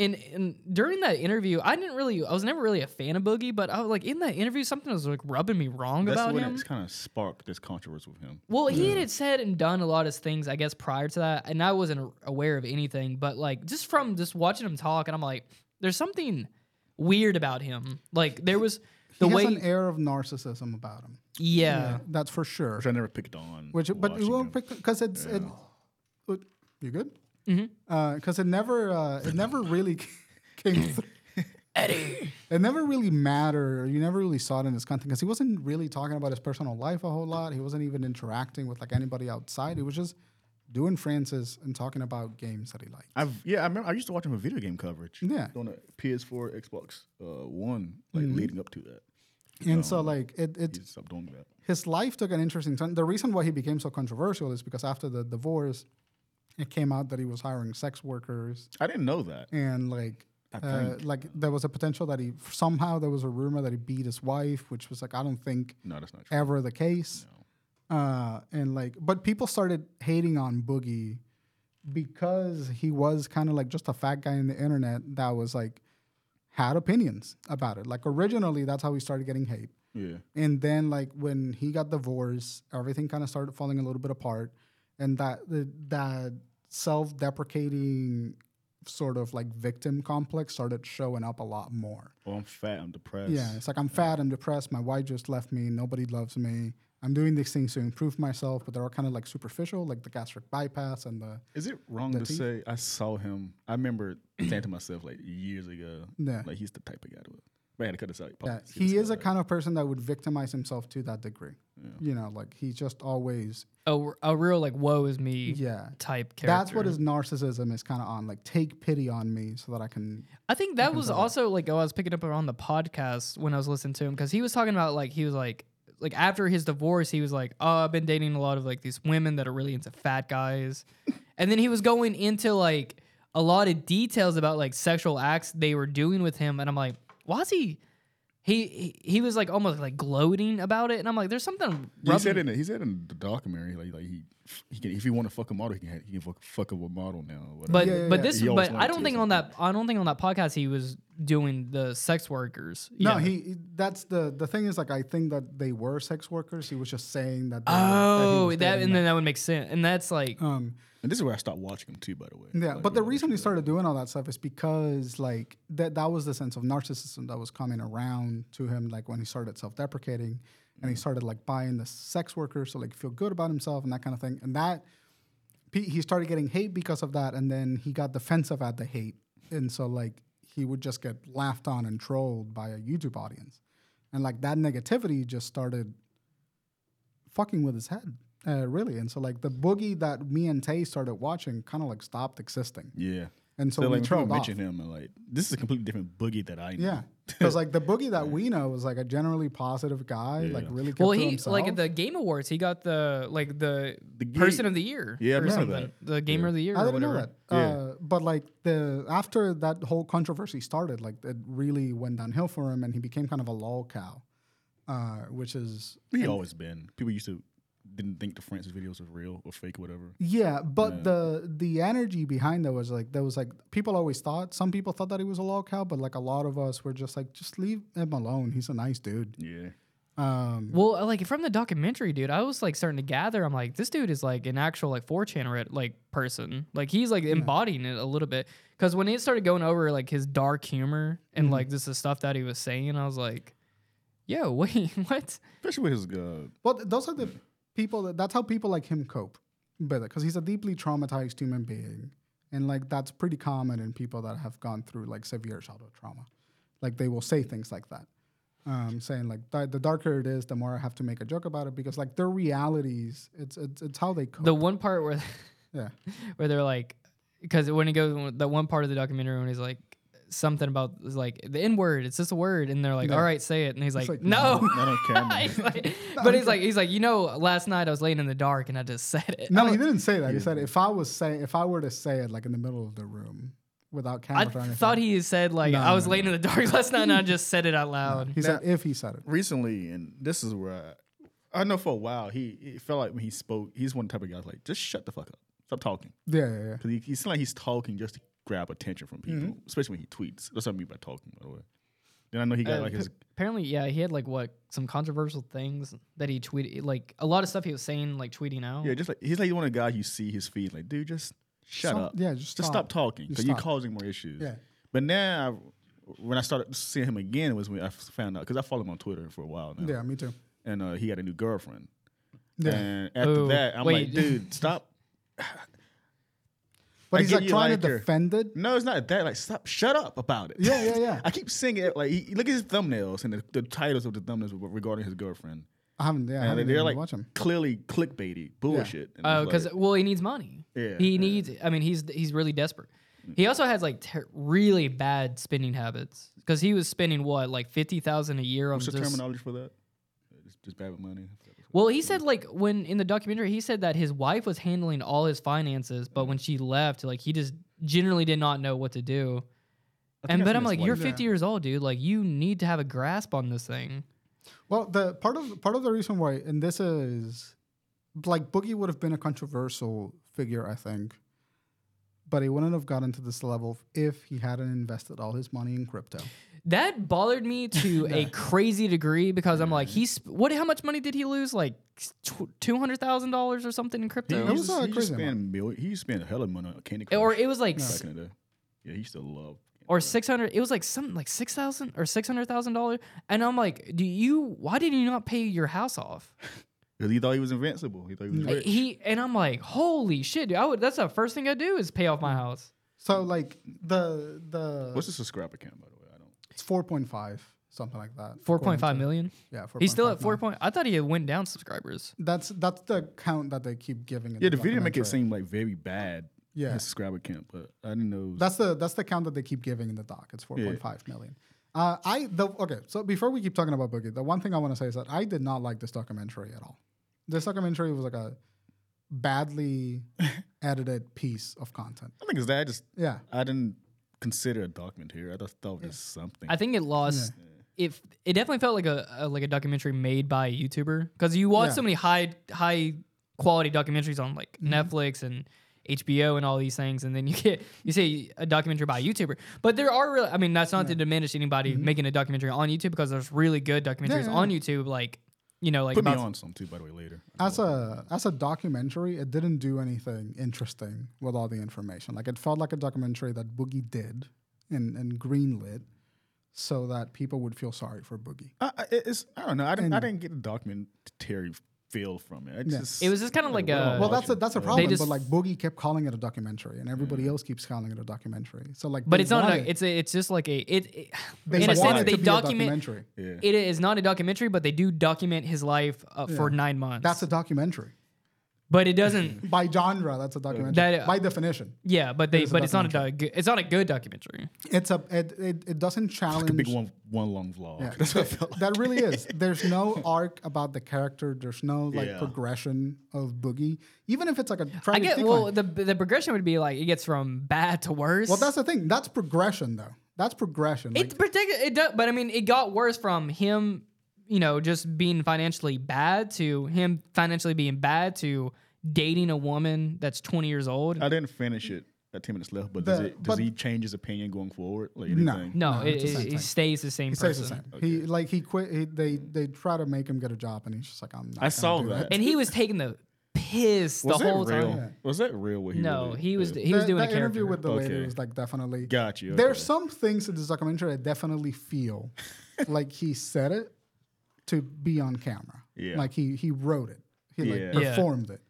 [SPEAKER 1] And, and during that interview, I didn't really, I was never really a fan of Boogie, but I was like, in that interview, something was like rubbing me wrong
[SPEAKER 3] That's
[SPEAKER 1] about
[SPEAKER 3] when
[SPEAKER 1] him.
[SPEAKER 3] it's kind of sparked this controversy with him.
[SPEAKER 1] Well, he had said and done a lot of things, I guess, prior to that, and I wasn't aware of anything. But like, just from just watching him talk, and I'm like, there's something weird about him. Like there was the
[SPEAKER 2] he
[SPEAKER 1] way,
[SPEAKER 2] has an air of narcissism about him.
[SPEAKER 1] yeah.
[SPEAKER 2] that's for sure.
[SPEAKER 3] Which I never picked on.
[SPEAKER 2] Which, but it
[SPEAKER 3] watching
[SPEAKER 2] won't
[SPEAKER 3] him.
[SPEAKER 2] because it's it. it- You good? Because mm it never uh, it never really came. Through.
[SPEAKER 1] Eddie.
[SPEAKER 2] It never really mattered. Or you never really saw it in his content because he wasn't really talking about his personal life a whole lot. He wasn't even interacting with like anybody outside. He was just doing Francis and talking about games that he liked.
[SPEAKER 3] I've yeah, I remember I used to watch him for video game coverage.
[SPEAKER 2] Yeah. Mm-hmm.
[SPEAKER 3] On a PS4, Xbox uh, One, like leading up to that.
[SPEAKER 2] and so like it, it
[SPEAKER 3] He stopped doing that.
[SPEAKER 2] his life took an interesting turn. The reason why he became so controversial is because after the divorce, it came out that he was hiring sex workers
[SPEAKER 3] I didn't know that.
[SPEAKER 2] and like. Uh, like there was a potential that he somehow there was a rumor that he beat his wife, which was like I don't think
[SPEAKER 3] No, that's not true.
[SPEAKER 2] ever the case. Uh, and like, but people started hating on Boogie because he was kind of like just a fat guy in the internet that was like had opinions about it. Like originally, that's how he started getting hate.
[SPEAKER 3] Yeah.
[SPEAKER 2] And then like when he got divorced, everything kind of started falling a little bit apart, and that the, that self-deprecating sort of like victim complex started showing up a lot more.
[SPEAKER 3] Oh, I'm fat. I'm depressed.
[SPEAKER 2] Yeah, it's like I'm fat, I'm depressed, my wife just left me, nobody loves me. I'm doing these things to improve myself, but they're all kind of like superficial, like the gastric bypass and the
[SPEAKER 3] Is it wrong to say I saw him? I remember saying to myself like years ago,
[SPEAKER 2] Yeah.
[SPEAKER 3] like he's the type of guy to. But I had to cut this out.
[SPEAKER 2] yeah. He is a kind of person that would victimize himself to that degree. You know, like he's just always
[SPEAKER 1] A, a real like woe is me
[SPEAKER 2] yeah.
[SPEAKER 1] type character.
[SPEAKER 2] That's what his narcissism is kind of on, like take pity on me so that I can
[SPEAKER 1] I think that was also like oh, I was picking up on the podcast when I was listening to him because he was talking about like he was like like after his divorce he was like oh I've been dating a lot of like these women that are really into fat guys, and then he was going into like a lot of details about like sexual acts they were doing with him, and I'm like why is he he he- he was like almost like gloating about it, and I'm like there's something
[SPEAKER 3] He said
[SPEAKER 1] rubbing-
[SPEAKER 3] in the, he said in the documentary like like he he can if he want to fuck a model he can he can fuck, fuck up a model now. Or whatever.
[SPEAKER 1] But
[SPEAKER 2] Yeah, yeah,
[SPEAKER 1] but
[SPEAKER 2] yeah.
[SPEAKER 1] this
[SPEAKER 3] He always
[SPEAKER 1] but
[SPEAKER 3] wanted
[SPEAKER 1] I don't
[SPEAKER 3] to,
[SPEAKER 1] think
[SPEAKER 3] so-
[SPEAKER 1] on that I don't think on that podcast he was doing the sex workers. you
[SPEAKER 2] No,
[SPEAKER 1] know.
[SPEAKER 2] he he- that's the the thing is like I think that they were sex workers. He was just saying that they were- that, he
[SPEAKER 1] Oh,
[SPEAKER 2] was
[SPEAKER 1] that,
[SPEAKER 2] dating
[SPEAKER 1] and then that would make sense. And that's like
[SPEAKER 2] um
[SPEAKER 3] and this is where I stopped watching him too. By the way.
[SPEAKER 2] Yeah,
[SPEAKER 3] Like,
[SPEAKER 2] but the
[SPEAKER 3] yeah,
[SPEAKER 2] reason he started doing all that stuff is because like that that was the sense of narcissism that was coming around to him like when he started self-deprecating and he
[SPEAKER 1] Mm.
[SPEAKER 2] started like buying the sex worker so like feel good about himself and that kind of thing. And that he he started getting hate because of that and then he got defensive at the hate. And so like he would just get laughed on and trolled by a YouTube audience. And like that negativity just started fucking with his head. Uh, really, and so like the boogie that me and Tay started watching kind of like stopped existing.
[SPEAKER 3] Yeah.
[SPEAKER 2] And so,
[SPEAKER 3] So,
[SPEAKER 2] we
[SPEAKER 3] like people
[SPEAKER 2] trailed off.
[SPEAKER 3] mention him and like this is a completely different boogie that I know.
[SPEAKER 2] Yeah, because like the boogie that we know was like a generally positive guy, like really kept
[SPEAKER 1] well,
[SPEAKER 2] to
[SPEAKER 1] he
[SPEAKER 2] himself.
[SPEAKER 1] like at the Game Awards, he got the like the,
[SPEAKER 3] ga-
[SPEAKER 1] person of the year.
[SPEAKER 3] Yeah, I
[SPEAKER 1] or
[SPEAKER 3] remember
[SPEAKER 1] something. The gamer of the year.
[SPEAKER 2] I
[SPEAKER 1] or
[SPEAKER 2] didn't know
[SPEAKER 1] whatever.
[SPEAKER 2] that. Uh, but like the after that whole controversy started, like it really went downhill for him, and he became kind of a lol cow, uh, which is
[SPEAKER 3] He always been. People used to didn't think the Francis videos were real or fake or whatever.
[SPEAKER 2] Yeah, but the the energy behind that was like there was like people always thought some people thought that he was a lol cow, but like a lot of us were just like just leave him alone. He's a nice dude.
[SPEAKER 3] Yeah.
[SPEAKER 2] Um,
[SPEAKER 1] Well, uh, like from the documentary, dude, I was like starting to gather. I'm like, this dude is like an actual like 4chan red, like person. Like he's like embodying it a little bit. Because when it started going over like his dark humor and
[SPEAKER 2] Mm-hmm.
[SPEAKER 1] like this is stuff that he was saying, I was like, yo, wait, what?
[SPEAKER 3] Especially with his uh,
[SPEAKER 2] Well, th- those are the people. That, that's how people like him cope better because he's a deeply traumatized human being, and like that's pretty common in people that have gone through like severe childhood trauma. Like they will say things like that, um, saying like "Th- the darker it is, the more I have to make a joke about it because like their realities. It's it's, it's how they cope.
[SPEAKER 1] The one part where.
[SPEAKER 2] yeah,
[SPEAKER 1] where they're like, because when he goes, that one part of the documentary when he's like, something about is like the N word, it's just a word, and they're like, all right, say it, and he's like,
[SPEAKER 2] like,
[SPEAKER 1] no.
[SPEAKER 3] not on camera.
[SPEAKER 1] He's like- but he's like, he's like, you know, last night I was laying in the dark and I just said it.
[SPEAKER 2] no, he didn't say that. He said if I was say if I were to say it like in the middle of the room, without
[SPEAKER 1] I
[SPEAKER 2] cameras or anything.
[SPEAKER 1] thought he said like
[SPEAKER 3] No,
[SPEAKER 1] I was
[SPEAKER 3] no,
[SPEAKER 1] laying in the dark last night and I just said it out loud.
[SPEAKER 2] he said if he said it.
[SPEAKER 3] recently, and this is where I, I know for a while he it felt like when he spoke, he's one type of guy that's like just shut the fuck up, stop talking.
[SPEAKER 2] Yeah, yeah, yeah.
[SPEAKER 3] Because he, he seems like he's talking just to grab attention from people,
[SPEAKER 2] Mm-hmm.
[SPEAKER 3] especially when he tweets. That's what I mean by talking, by the way. Then I know he got
[SPEAKER 1] Uh,
[SPEAKER 3] like his.
[SPEAKER 1] Apparently, yeah, he had like what some controversial things that he tweeted, like a lot of stuff he was saying, like tweeting out.
[SPEAKER 3] Yeah, just like he's like one of the guys you see his feed like, dude, just shut
[SPEAKER 2] Stop-
[SPEAKER 3] up.
[SPEAKER 2] yeah, just
[SPEAKER 3] just
[SPEAKER 2] stop.
[SPEAKER 3] stop talking
[SPEAKER 2] Just
[SPEAKER 3] because you're
[SPEAKER 2] stop.
[SPEAKER 3] causing more issues.
[SPEAKER 2] Yeah.
[SPEAKER 3] But now, when I started seeing him again, was when I found out because I follow him on Twitter for a while now.
[SPEAKER 2] Yeah, me too.
[SPEAKER 3] and uh, he had a new girlfriend.
[SPEAKER 2] Yeah.
[SPEAKER 3] And after
[SPEAKER 1] Oh,
[SPEAKER 3] that, I'm
[SPEAKER 1] wait.
[SPEAKER 3] like, dude, stop.
[SPEAKER 2] But
[SPEAKER 3] I
[SPEAKER 2] he's
[SPEAKER 3] get
[SPEAKER 2] like
[SPEAKER 3] you
[SPEAKER 2] trying
[SPEAKER 3] like
[SPEAKER 2] to
[SPEAKER 3] your-
[SPEAKER 2] defend it.
[SPEAKER 3] No, it's not that. Like, stop. Shut up about it.
[SPEAKER 2] Yeah, yeah, yeah.
[SPEAKER 3] I keep seeing it. Like, he, look at his thumbnails and the, the titles of the thumbnails regarding his girlfriend.
[SPEAKER 2] I haven't. Yeah, I
[SPEAKER 3] And
[SPEAKER 2] haven't
[SPEAKER 3] they're
[SPEAKER 2] even
[SPEAKER 3] like
[SPEAKER 2] watched him.
[SPEAKER 3] clearly clickbaity bullshit. And
[SPEAKER 1] Oh,
[SPEAKER 3] it's
[SPEAKER 1] because
[SPEAKER 3] like,
[SPEAKER 1] well, he needs money.
[SPEAKER 3] Yeah,
[SPEAKER 1] he
[SPEAKER 3] yeah. Mm.
[SPEAKER 1] needs. I mean, he's he's really desperate. He also has like ter- really bad spending habits because he was spending what like fifty thousand a year on
[SPEAKER 3] what's the
[SPEAKER 1] just.
[SPEAKER 3] terminology for that? Uh, Just, just bad with money.
[SPEAKER 1] well, he said like when in the documentary he said that his wife was handling all his finances, but when she left, like he just generally did not know what to do.
[SPEAKER 3] I think
[SPEAKER 1] And
[SPEAKER 3] I
[SPEAKER 1] but
[SPEAKER 3] seen
[SPEAKER 1] I'm
[SPEAKER 3] this
[SPEAKER 1] like, you're
[SPEAKER 3] white-
[SPEAKER 1] 50 years old, dude. Like you need to have a grasp on this thing.
[SPEAKER 2] Well, the part of part of the reason why, and this is like Boogie would have been a controversial figure, I think, but he wouldn't have gotten to this level if he hadn't invested all his money in crypto.
[SPEAKER 1] That bothered me to a crazy degree because I'm like, he's what? How much money did he lose? Like two hundred thousand dollars or something in
[SPEAKER 3] He,
[SPEAKER 1] crypto,
[SPEAKER 3] he,
[SPEAKER 2] was
[SPEAKER 3] was
[SPEAKER 2] not a
[SPEAKER 3] he, used
[SPEAKER 2] crazy
[SPEAKER 3] to
[SPEAKER 2] amount.
[SPEAKER 3] spend million, he used to spend a hell of money on Candy Crush
[SPEAKER 1] or it was like s-
[SPEAKER 3] back in the day. Yeah, he used to love.
[SPEAKER 1] or six hundred. It was like something like six thousand or six hundred thousand dollars. And I'm like, do you? Why did you not pay your house off?
[SPEAKER 3] Because he thought he was invincible. He thought he was rich.
[SPEAKER 1] He and I'm like, holy shit, dude! I would, that's the first thing I do is pay off my house.
[SPEAKER 2] So like the the
[SPEAKER 3] What's the subscriber count, by the way? I don't.
[SPEAKER 2] it's four point five something like that.
[SPEAKER 1] Four point five
[SPEAKER 2] according to-
[SPEAKER 1] million.
[SPEAKER 2] Yeah, 4.5
[SPEAKER 1] He's still at four
[SPEAKER 2] now.
[SPEAKER 1] point. I thought he had went down subscribers.
[SPEAKER 2] That's that's the count that they keep giving. in
[SPEAKER 3] Yeah, the video make
[SPEAKER 2] documentary.
[SPEAKER 3] it seem like very bad.
[SPEAKER 2] Yeah.
[SPEAKER 3] his subscriber count, but I didn't know.
[SPEAKER 2] That's the that's the count that they keep giving in the doc. It's four point five million. Uh, I the okay. So before we keep talking about Boogie, the one thing I want to say is that I did not like this documentary at all. This documentary was like a badly edited piece of content.
[SPEAKER 3] I think it's that. I just
[SPEAKER 2] Yeah,
[SPEAKER 3] I didn't consider a documentary. I just thought it was something.
[SPEAKER 1] I think it lost. If it definitely felt like a, a like a documentary made by a YouTuber because you watch
[SPEAKER 2] Yeah. Mm-hmm.
[SPEAKER 1] so many high high quality documentaries on like Netflix and HBO and all these things, and then you get you see a documentary by a YouTuber. But there are really, I mean, that's not to diminish anybody making a documentary on YouTube because there's really good documentaries
[SPEAKER 2] Mm-hmm. yeah,
[SPEAKER 1] on YouTube, like you know, like
[SPEAKER 3] Put me
[SPEAKER 1] about-
[SPEAKER 3] on some too, by the way, later.
[SPEAKER 2] as a as a documentary, it didn't do anything interesting with all the information. Like it felt like a documentary that Boogie did and and greenlit so that people would feel sorry for Boogie.
[SPEAKER 3] I, I, it's I don't know. I didn't I didn't get the documentary feel from it. I just,
[SPEAKER 1] It was just kinda like
[SPEAKER 3] I don't
[SPEAKER 1] a-
[SPEAKER 3] know.
[SPEAKER 2] Well, that's a that's a
[SPEAKER 1] They
[SPEAKER 2] problem.
[SPEAKER 1] just-
[SPEAKER 2] but like Boogie kept calling it a documentary, and everybody else keeps calling it a documentary. So like,
[SPEAKER 1] Mm. but
[SPEAKER 2] they
[SPEAKER 1] it's not.
[SPEAKER 2] wanted-
[SPEAKER 1] A, it's a, it's just like a it. it
[SPEAKER 2] they
[SPEAKER 1] in a
[SPEAKER 2] wanted
[SPEAKER 1] sense,
[SPEAKER 2] it
[SPEAKER 1] they
[SPEAKER 2] to be a
[SPEAKER 1] document.
[SPEAKER 2] documentary.
[SPEAKER 1] It is not a documentary, but they do document his life uh, for nine months.
[SPEAKER 2] That's a documentary
[SPEAKER 1] but it doesn't.
[SPEAKER 2] by genre. That's a documentary
[SPEAKER 1] That- uh,
[SPEAKER 2] by definition.
[SPEAKER 1] Yeah, but they but it's not a doc- it's not a good documentary.
[SPEAKER 2] It's a it it, it doesn't challenge.
[SPEAKER 3] a big one one long vlog.
[SPEAKER 2] Yeah.
[SPEAKER 3] That's what I felt like.
[SPEAKER 2] that really is. There's no arc about the character. There's no like
[SPEAKER 3] Yeah.
[SPEAKER 2] progression of Boogie. Even if it's like a
[SPEAKER 1] I
[SPEAKER 2] tragic
[SPEAKER 1] get
[SPEAKER 2] decline.
[SPEAKER 1] well the the progression would be like it gets from bad to worse.
[SPEAKER 2] well, that's the thing. That's progression, though. That's progression. Like,
[SPEAKER 1] it particular it does, but I mean it got worse from him, you know, just being financially bad to him financially being bad to dating a woman that's 20 years old.
[SPEAKER 2] Uh,
[SPEAKER 3] I didn't finish it. Got ten minutes left, but does
[SPEAKER 2] The-
[SPEAKER 3] it does
[SPEAKER 2] but-
[SPEAKER 3] he change his opinion going forward? Like
[SPEAKER 2] No.
[SPEAKER 3] anything?
[SPEAKER 1] no,
[SPEAKER 2] No,
[SPEAKER 1] it,
[SPEAKER 2] it's the same
[SPEAKER 1] it,
[SPEAKER 2] thing.
[SPEAKER 1] it stays the same
[SPEAKER 2] he
[SPEAKER 1] person.
[SPEAKER 2] stays the same. He like he quit. He, they they try to make him get a job, and he's just like, I'm. Not
[SPEAKER 3] I
[SPEAKER 2] gonna
[SPEAKER 3] saw
[SPEAKER 2] do
[SPEAKER 3] that.
[SPEAKER 1] And he was taking the piss the
[SPEAKER 3] was that
[SPEAKER 1] whole
[SPEAKER 3] real?
[SPEAKER 1] time.
[SPEAKER 3] Was that real? What he
[SPEAKER 1] No,
[SPEAKER 3] really
[SPEAKER 1] he was
[SPEAKER 3] did?
[SPEAKER 1] he was
[SPEAKER 2] The-
[SPEAKER 1] doing
[SPEAKER 2] the
[SPEAKER 1] a character.
[SPEAKER 2] interview with the lady
[SPEAKER 3] Okay.
[SPEAKER 2] was like definitely.
[SPEAKER 3] Got you.
[SPEAKER 2] There's
[SPEAKER 3] okay.
[SPEAKER 2] some things in this documentary I definitely feel like he said it to be on camera.
[SPEAKER 3] Yeah.
[SPEAKER 2] Like he he wrote it. He like
[SPEAKER 3] Yeah.
[SPEAKER 1] Yeah.
[SPEAKER 2] performed it,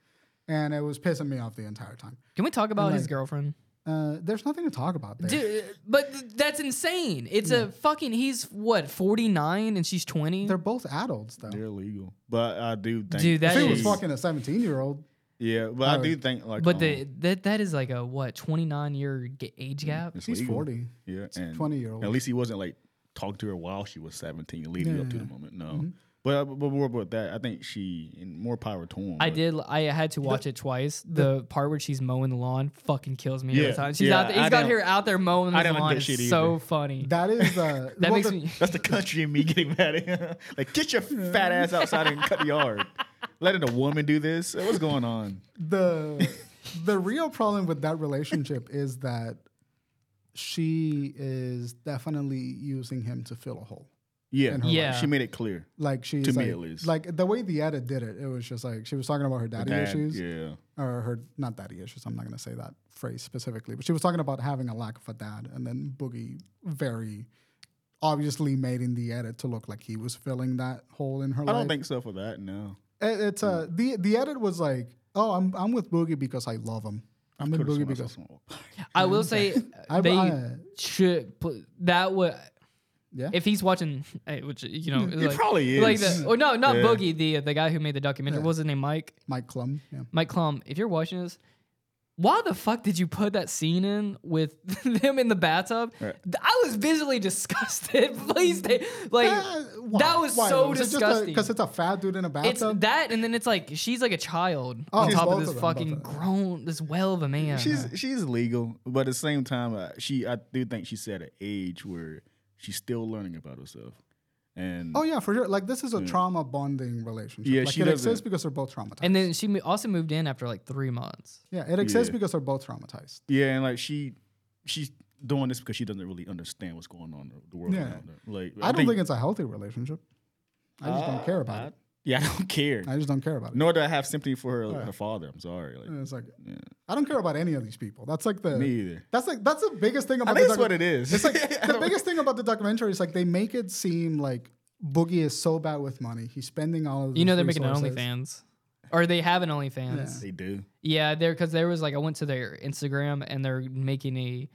[SPEAKER 2] and it was pissing me off the entire time.
[SPEAKER 1] Can we talk about his
[SPEAKER 2] like-
[SPEAKER 1] girlfriend?
[SPEAKER 2] Uh, there's nothing to talk about there.
[SPEAKER 1] Dude, but th- that's insane. It's a fucking he's what 49 and she's 20.
[SPEAKER 2] They're both adults though.
[SPEAKER 3] They're legal, but I do think
[SPEAKER 1] Dude, that
[SPEAKER 2] If he
[SPEAKER 1] is-
[SPEAKER 2] was fucking Oh, a 17 year old,
[SPEAKER 3] yeah, but I do think like
[SPEAKER 1] But
[SPEAKER 3] um,
[SPEAKER 1] the that that is like a what twenty nine year ga- age gap.
[SPEAKER 3] Mm, it's
[SPEAKER 2] he's
[SPEAKER 3] legal.
[SPEAKER 2] 40.
[SPEAKER 3] yeah, and
[SPEAKER 2] 20 year old. Mm-hmm.
[SPEAKER 3] At least he wasn't like talking to her while she was seventeen, leading up to the moment. No, But uh, but more about that, I think she and more power to him.
[SPEAKER 1] I
[SPEAKER 3] but-
[SPEAKER 1] did. I had to watch it twice. The part where she's mowing the lawn fucking kills me
[SPEAKER 3] Yeah,
[SPEAKER 1] every time. She's
[SPEAKER 3] yeah,
[SPEAKER 1] out. There, he's
[SPEAKER 3] I
[SPEAKER 1] got
[SPEAKER 3] didn't-
[SPEAKER 1] her out there mowing
[SPEAKER 3] I
[SPEAKER 1] the
[SPEAKER 3] didn't like
[SPEAKER 1] lawn.
[SPEAKER 3] that shit
[SPEAKER 1] It's so
[SPEAKER 3] either.
[SPEAKER 1] funny. That,
[SPEAKER 2] That is the well,
[SPEAKER 1] makes
[SPEAKER 2] the-
[SPEAKER 1] me.
[SPEAKER 3] That's the country in me getting mad at him. Like, get your fat ass outside and cut the yard. Letting a woman do this? Uh, What's going on?
[SPEAKER 2] the the real problem with that relationship is that she is definitely using him to fill a hole.
[SPEAKER 3] Yeah.
[SPEAKER 2] In her
[SPEAKER 1] Yeah. life.
[SPEAKER 3] She made it clear.
[SPEAKER 2] Like she's
[SPEAKER 3] To me,
[SPEAKER 2] like,
[SPEAKER 3] at least.
[SPEAKER 2] like the way the edit did it, it was just like she was talking about her daddy
[SPEAKER 3] Dad,
[SPEAKER 2] issues
[SPEAKER 3] Yeah.
[SPEAKER 2] or her not daddy issues. I'm not gonna say that phrase specifically, but she was talking about having a lack of a dad, and then Boogie very obviously made in the edit to look like he was filling that hole in her
[SPEAKER 3] I
[SPEAKER 2] life.
[SPEAKER 3] don't think so for that, no.
[SPEAKER 2] It- it's uh the the edit was like, oh, I'm I'm with Boogie because I love him. I'm with
[SPEAKER 3] Could've
[SPEAKER 2] Boogie
[SPEAKER 3] sworn I saw
[SPEAKER 2] because
[SPEAKER 3] someone-
[SPEAKER 1] I will say
[SPEAKER 2] I-
[SPEAKER 1] they
[SPEAKER 2] I-
[SPEAKER 1] should. Put, that would.
[SPEAKER 2] Yeah.
[SPEAKER 1] If he's watching, eh, which you know,
[SPEAKER 3] It probably is.
[SPEAKER 1] Like the, or no, not
[SPEAKER 3] Yeah.
[SPEAKER 1] Boogie, the the guy who made the documentary. What was his name? Mike.
[SPEAKER 2] Mike Clum. Yeah.
[SPEAKER 1] Mike Klum, if you're watching this, why the fuck did you put that scene in with them in the bathtub?
[SPEAKER 3] Right.
[SPEAKER 1] Th- I was visually disgusted. Please, they, like
[SPEAKER 2] Eh,
[SPEAKER 1] that was so disgusting.
[SPEAKER 2] Because it's a fat dude in a
[SPEAKER 1] it's
[SPEAKER 2] bathtub.
[SPEAKER 1] that, and then it's like she's like a child
[SPEAKER 2] Oh,
[SPEAKER 1] on
[SPEAKER 2] she's
[SPEAKER 1] top of
[SPEAKER 2] both
[SPEAKER 1] this
[SPEAKER 2] of them, both
[SPEAKER 1] fucking
[SPEAKER 2] of them.
[SPEAKER 1] grown, this well of a man.
[SPEAKER 3] She's she's legal, but at the same time, uh, she I do think she's at an age where she's still learning about herself, and
[SPEAKER 2] oh yeah, for sure. Like this is a trauma bonding relationship.
[SPEAKER 3] Hmm. Yeah,
[SPEAKER 2] like,
[SPEAKER 3] she
[SPEAKER 2] it
[SPEAKER 3] doesn't-
[SPEAKER 2] exists because they're both traumatized.
[SPEAKER 1] and then she mo- also moved in after like three months.
[SPEAKER 2] yeah, it exists
[SPEAKER 3] Yeah.
[SPEAKER 2] because they're both traumatized.
[SPEAKER 3] yeah, and like she she's doing this because she doesn't really understand what's going on in the world.
[SPEAKER 2] Yeah.
[SPEAKER 3] around her. like
[SPEAKER 2] I, don't think, it's a healthy relationship. I just don't care about it.
[SPEAKER 3] yeah, Uh, I don't care.
[SPEAKER 2] I just don't care about it.
[SPEAKER 3] Nor do I have sympathy for her, her father. I'm sorry. Like,
[SPEAKER 2] And it's like I don't care about any of these people. That's like the
[SPEAKER 3] Me either.
[SPEAKER 2] That's like that's the biggest thing about.
[SPEAKER 3] think
[SPEAKER 2] the
[SPEAKER 3] that's what it is.
[SPEAKER 2] It's like
[SPEAKER 3] I
[SPEAKER 2] the
[SPEAKER 3] don't-
[SPEAKER 2] biggest thing about the documentary is like they make it seem like Boogie is so bad with money. He's spending all of.
[SPEAKER 1] You know
[SPEAKER 2] these
[SPEAKER 1] they're making an
[SPEAKER 2] resources.
[SPEAKER 1] OnlyFans, or they have an OnlyFans.
[SPEAKER 3] They do.
[SPEAKER 1] Yeah, there because there was like I went to their Instagram and they're making a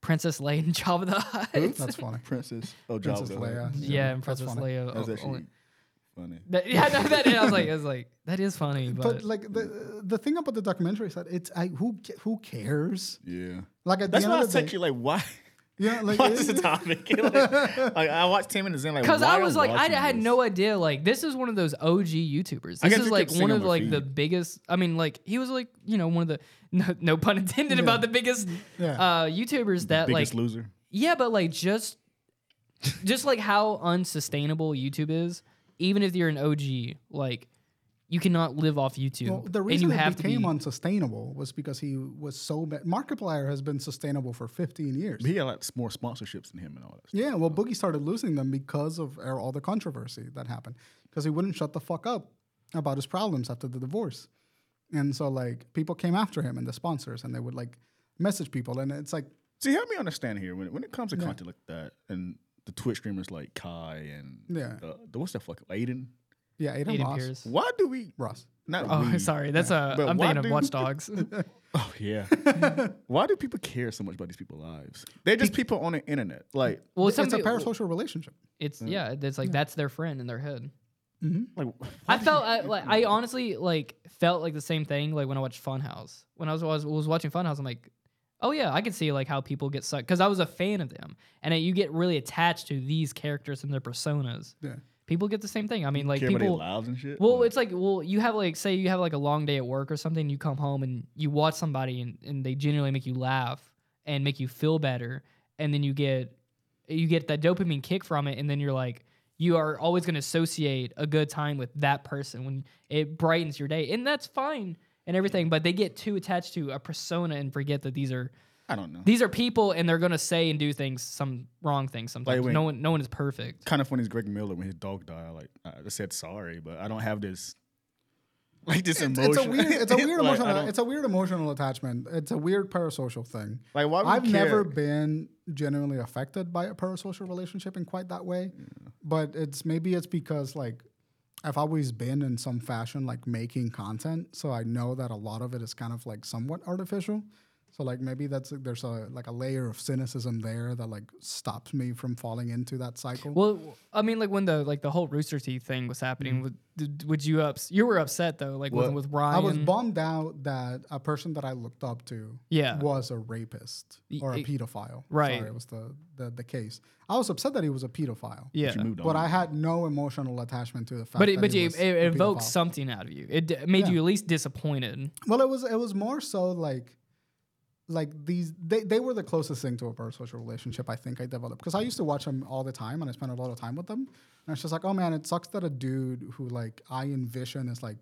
[SPEAKER 1] Princess Leia and Jabba the Hutt.
[SPEAKER 2] That's funny.
[SPEAKER 3] Princess. Oh,
[SPEAKER 2] Princess
[SPEAKER 3] Jabba.
[SPEAKER 2] Leia. Oh,
[SPEAKER 1] yeah, and
[SPEAKER 2] That's
[SPEAKER 1] Princess
[SPEAKER 2] funny.
[SPEAKER 1] Leia.
[SPEAKER 3] That's
[SPEAKER 1] o-
[SPEAKER 3] actually
[SPEAKER 1] only-
[SPEAKER 3] funny.
[SPEAKER 1] That- yeah, no, that I was like, I was like, that is funny, but,
[SPEAKER 2] But like the the thing about the documentary is that it's I who ca- who cares?
[SPEAKER 3] Yeah.
[SPEAKER 2] Like at
[SPEAKER 3] That's
[SPEAKER 2] the
[SPEAKER 3] why I
[SPEAKER 2] end of the
[SPEAKER 3] said
[SPEAKER 2] day,
[SPEAKER 3] you like why.
[SPEAKER 2] yeah, like
[SPEAKER 3] What's
[SPEAKER 2] it-
[SPEAKER 3] the topic? like, like, I watched ten minutes in, like
[SPEAKER 1] because
[SPEAKER 3] why
[SPEAKER 1] I
[SPEAKER 3] are
[SPEAKER 1] was like, I
[SPEAKER 3] watching
[SPEAKER 1] had
[SPEAKER 3] this?
[SPEAKER 1] no idea. Like, this is one of those OG YouTubers.
[SPEAKER 3] I
[SPEAKER 1] This
[SPEAKER 3] guess
[SPEAKER 1] is
[SPEAKER 3] you
[SPEAKER 1] like
[SPEAKER 3] could
[SPEAKER 1] one
[SPEAKER 3] sing
[SPEAKER 1] of
[SPEAKER 3] on
[SPEAKER 1] like
[SPEAKER 3] my
[SPEAKER 1] the
[SPEAKER 3] feed.
[SPEAKER 1] biggest. I mean, like he was like you know one of the no, no pun intended about the biggest
[SPEAKER 2] Yeah.
[SPEAKER 1] uh, YouTubers that like
[SPEAKER 3] Biggest loser.
[SPEAKER 1] Yeah, but like just just like how unsustainable YouTube is, even if you're an OG, like you cannot live off YouTube.
[SPEAKER 2] well, the
[SPEAKER 1] and you
[SPEAKER 2] reason
[SPEAKER 1] have
[SPEAKER 2] it became
[SPEAKER 1] to be,
[SPEAKER 2] unsustainable was because he was so bad. Markiplier has been sustainable for 15 years.
[SPEAKER 3] He had like more sponsorships than him and all that. Stuff.
[SPEAKER 2] Yeah, well, Boogie started losing them because of er, all the controversy that happened, because he wouldn't shut the fuck up about his problems after the divorce, and so like people came after him and the sponsors, and they would like message people, and it's like
[SPEAKER 3] See, help me understand here. When, when it comes to content like that, and the Twitch streamers like Kai and
[SPEAKER 2] Yeah.
[SPEAKER 3] the, the- what's that fucking Aiden?
[SPEAKER 2] yeah, Aiden,
[SPEAKER 1] Aiden
[SPEAKER 2] Ross,
[SPEAKER 1] Pierce.
[SPEAKER 3] Why do we?
[SPEAKER 2] Ross,
[SPEAKER 3] Not
[SPEAKER 1] Oh,
[SPEAKER 3] we.
[SPEAKER 1] sorry. That's a.
[SPEAKER 3] But
[SPEAKER 1] am
[SPEAKER 3] why
[SPEAKER 1] thinking of
[SPEAKER 3] do-
[SPEAKER 1] Watch Dogs.
[SPEAKER 3] Oh yeah. Why do people care so much about these people's lives? They're just people on the internet. Like,
[SPEAKER 1] well,
[SPEAKER 2] it's
[SPEAKER 1] some
[SPEAKER 2] a
[SPEAKER 1] people-
[SPEAKER 2] parasocial relationship.
[SPEAKER 1] It's yeah. It's like that's their friend in their head.
[SPEAKER 3] like
[SPEAKER 1] I felt I, like I honestly like felt like the same thing like when I watched Funhouse. When I was was, was watching Funhouse, I'm like, oh yeah, I can see like how people get sucked because I was a fan of them, and uh, you get really attached to these characters and their personas.
[SPEAKER 2] Yeah.
[SPEAKER 1] People get the same thing. I mean, like
[SPEAKER 3] care about their
[SPEAKER 1] people.
[SPEAKER 3] lives and shit.
[SPEAKER 1] Well,
[SPEAKER 3] Like,
[SPEAKER 1] it's like well, you have like say you have like a long day at work or something. You come home and you watch somebody and, and they genuinely make you laugh and make you feel better, and then you get you get that dopamine kick from it, and then you're like you are always going to associate a good time with that person when it brightens your day, and that's fine and everything. But they get too attached to a persona and forget that these are
[SPEAKER 3] I don't know.
[SPEAKER 1] these are people, and they're going to say and do things some wrong things sometimes.
[SPEAKER 3] when-
[SPEAKER 1] no one no one is perfect.
[SPEAKER 3] kind of funny is Greg Miller when his dog died. Like I said, sorry, but I don't have this. Like this emotion.
[SPEAKER 2] It's a weird, it's a weird
[SPEAKER 3] Like, I
[SPEAKER 2] emotional,
[SPEAKER 3] don't-
[SPEAKER 2] it's a weird emotional attachment. It's a weird parasocial thing.
[SPEAKER 3] Like, why would we
[SPEAKER 2] I've never
[SPEAKER 3] care?
[SPEAKER 2] been genuinely affected by a parasocial relationship in quite that way, but it's maybe it's because like I've always been in some fashion like making content, so I know that a lot of it is kind of like somewhat artificial. So like maybe that's there's a like a layer of cynicism there that like stops me from falling into that cycle.
[SPEAKER 1] Well, I mean, like when the like the whole Rooster Teeth thing was happening, would did, would you ups? You were upset though, like with,
[SPEAKER 3] Mm-hmm. Well,
[SPEAKER 1] with Ryan.
[SPEAKER 2] I was bummed out that a person that I looked up to
[SPEAKER 1] Yeah.
[SPEAKER 2] was a rapist
[SPEAKER 1] Y-
[SPEAKER 2] or a
[SPEAKER 1] it-
[SPEAKER 2] pedophile.
[SPEAKER 1] right.
[SPEAKER 2] Sorry, it was the, the the case. I was upset that he was a pedophile.
[SPEAKER 1] yeah,
[SPEAKER 3] You moved on.
[SPEAKER 2] But I had no emotional attachment to the fact
[SPEAKER 1] but
[SPEAKER 2] that
[SPEAKER 1] it, but
[SPEAKER 2] he
[SPEAKER 1] you,
[SPEAKER 2] was
[SPEAKER 1] it,
[SPEAKER 2] a
[SPEAKER 1] it evokes
[SPEAKER 2] pedophile.
[SPEAKER 1] something out of you. It d- made
[SPEAKER 2] Yeah.
[SPEAKER 1] you at least disappointed.
[SPEAKER 3] Mm-hmm.
[SPEAKER 2] Well, it was it was more so like like these they, they were the closest thing to a parasocial relationship I think I developed because I used to watch them all the time and I spent a lot of time with them and it's just like oh man it sucks that a dude who like I envision as like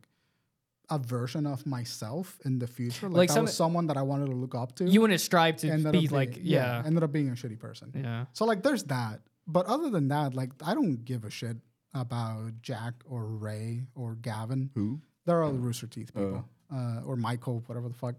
[SPEAKER 2] a version of myself in the future like,
[SPEAKER 1] Like
[SPEAKER 2] that
[SPEAKER 1] some-
[SPEAKER 2] was someone that I wanted to look up to
[SPEAKER 1] You want to strive to
[SPEAKER 2] ended up
[SPEAKER 1] be
[SPEAKER 2] being-
[SPEAKER 1] like, yeah,
[SPEAKER 2] ended up being a shitty person
[SPEAKER 1] yeah,
[SPEAKER 2] so like there's that but other than that like I don't give a shit about Jack or Ray or Gavin
[SPEAKER 3] Who? Oh.
[SPEAKER 2] they're all Rooster Teeth people, uh, or Michael, whatever the fuck.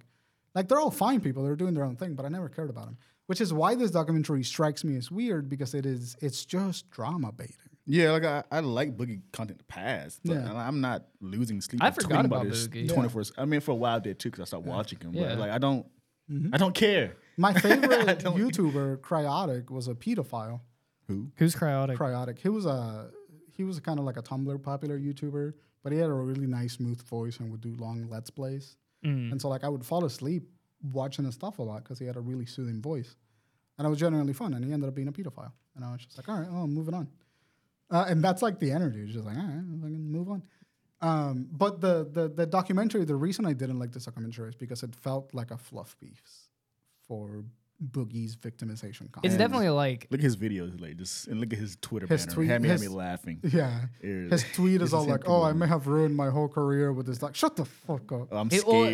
[SPEAKER 2] Like they're all fine people. They're doing their own thing, but I never cared about them. Which is why this documentary strikes me as weird because it is it's just drama baiting.
[SPEAKER 3] Yeah, like I, I like boogie content past, but
[SPEAKER 2] Yeah.
[SPEAKER 3] I- I'm not losing sleep.
[SPEAKER 1] I
[SPEAKER 3] and
[SPEAKER 1] forgot
[SPEAKER 3] tweeting
[SPEAKER 1] about
[SPEAKER 3] this
[SPEAKER 1] Boogie. Yeah.
[SPEAKER 3] 24. I mean, for a while I did too, because I stopped watching him.
[SPEAKER 1] Yeah.
[SPEAKER 3] But like I don't,
[SPEAKER 2] Mm-hmm.
[SPEAKER 3] I don't care.
[SPEAKER 2] My favorite
[SPEAKER 3] don't-
[SPEAKER 2] YouTuber, Cryotic, was a pedophile.
[SPEAKER 3] Who?
[SPEAKER 1] Who's cryotic?
[SPEAKER 2] Cryotic. He was a he was kind of like a Tumblr popular YouTuber, but he had a really nice smooth voice and would do long let's plays.
[SPEAKER 1] Mm.
[SPEAKER 2] And so like I would fall asleep watching his stuff a lot because he had a really soothing voice. And it was genuinely fun. And he ended up being a pedophile. And I was just like, all right, well, I'm moving on. Uh, and that's like the energy. It's just like, all right, I'm gonna move on. Um, but the, the the documentary, the reason I didn't like this documentary is because it felt like a fluff piece for Boogie's victimization. Concept.
[SPEAKER 1] it's definitely like
[SPEAKER 3] Look at his videos, like just and look at his Twitter
[SPEAKER 2] His
[SPEAKER 3] banner.
[SPEAKER 2] tweet-
[SPEAKER 3] had me, had
[SPEAKER 2] his-
[SPEAKER 3] me laughing.
[SPEAKER 2] Yeah.
[SPEAKER 3] Ew.
[SPEAKER 2] His tweet is
[SPEAKER 3] This
[SPEAKER 2] all
[SPEAKER 3] him
[SPEAKER 2] like,
[SPEAKER 3] coming
[SPEAKER 2] oh, I
[SPEAKER 3] on.
[SPEAKER 2] may have ruined my whole career with this. Like, shut the fuck up.
[SPEAKER 3] Oh, I'm
[SPEAKER 1] It- or-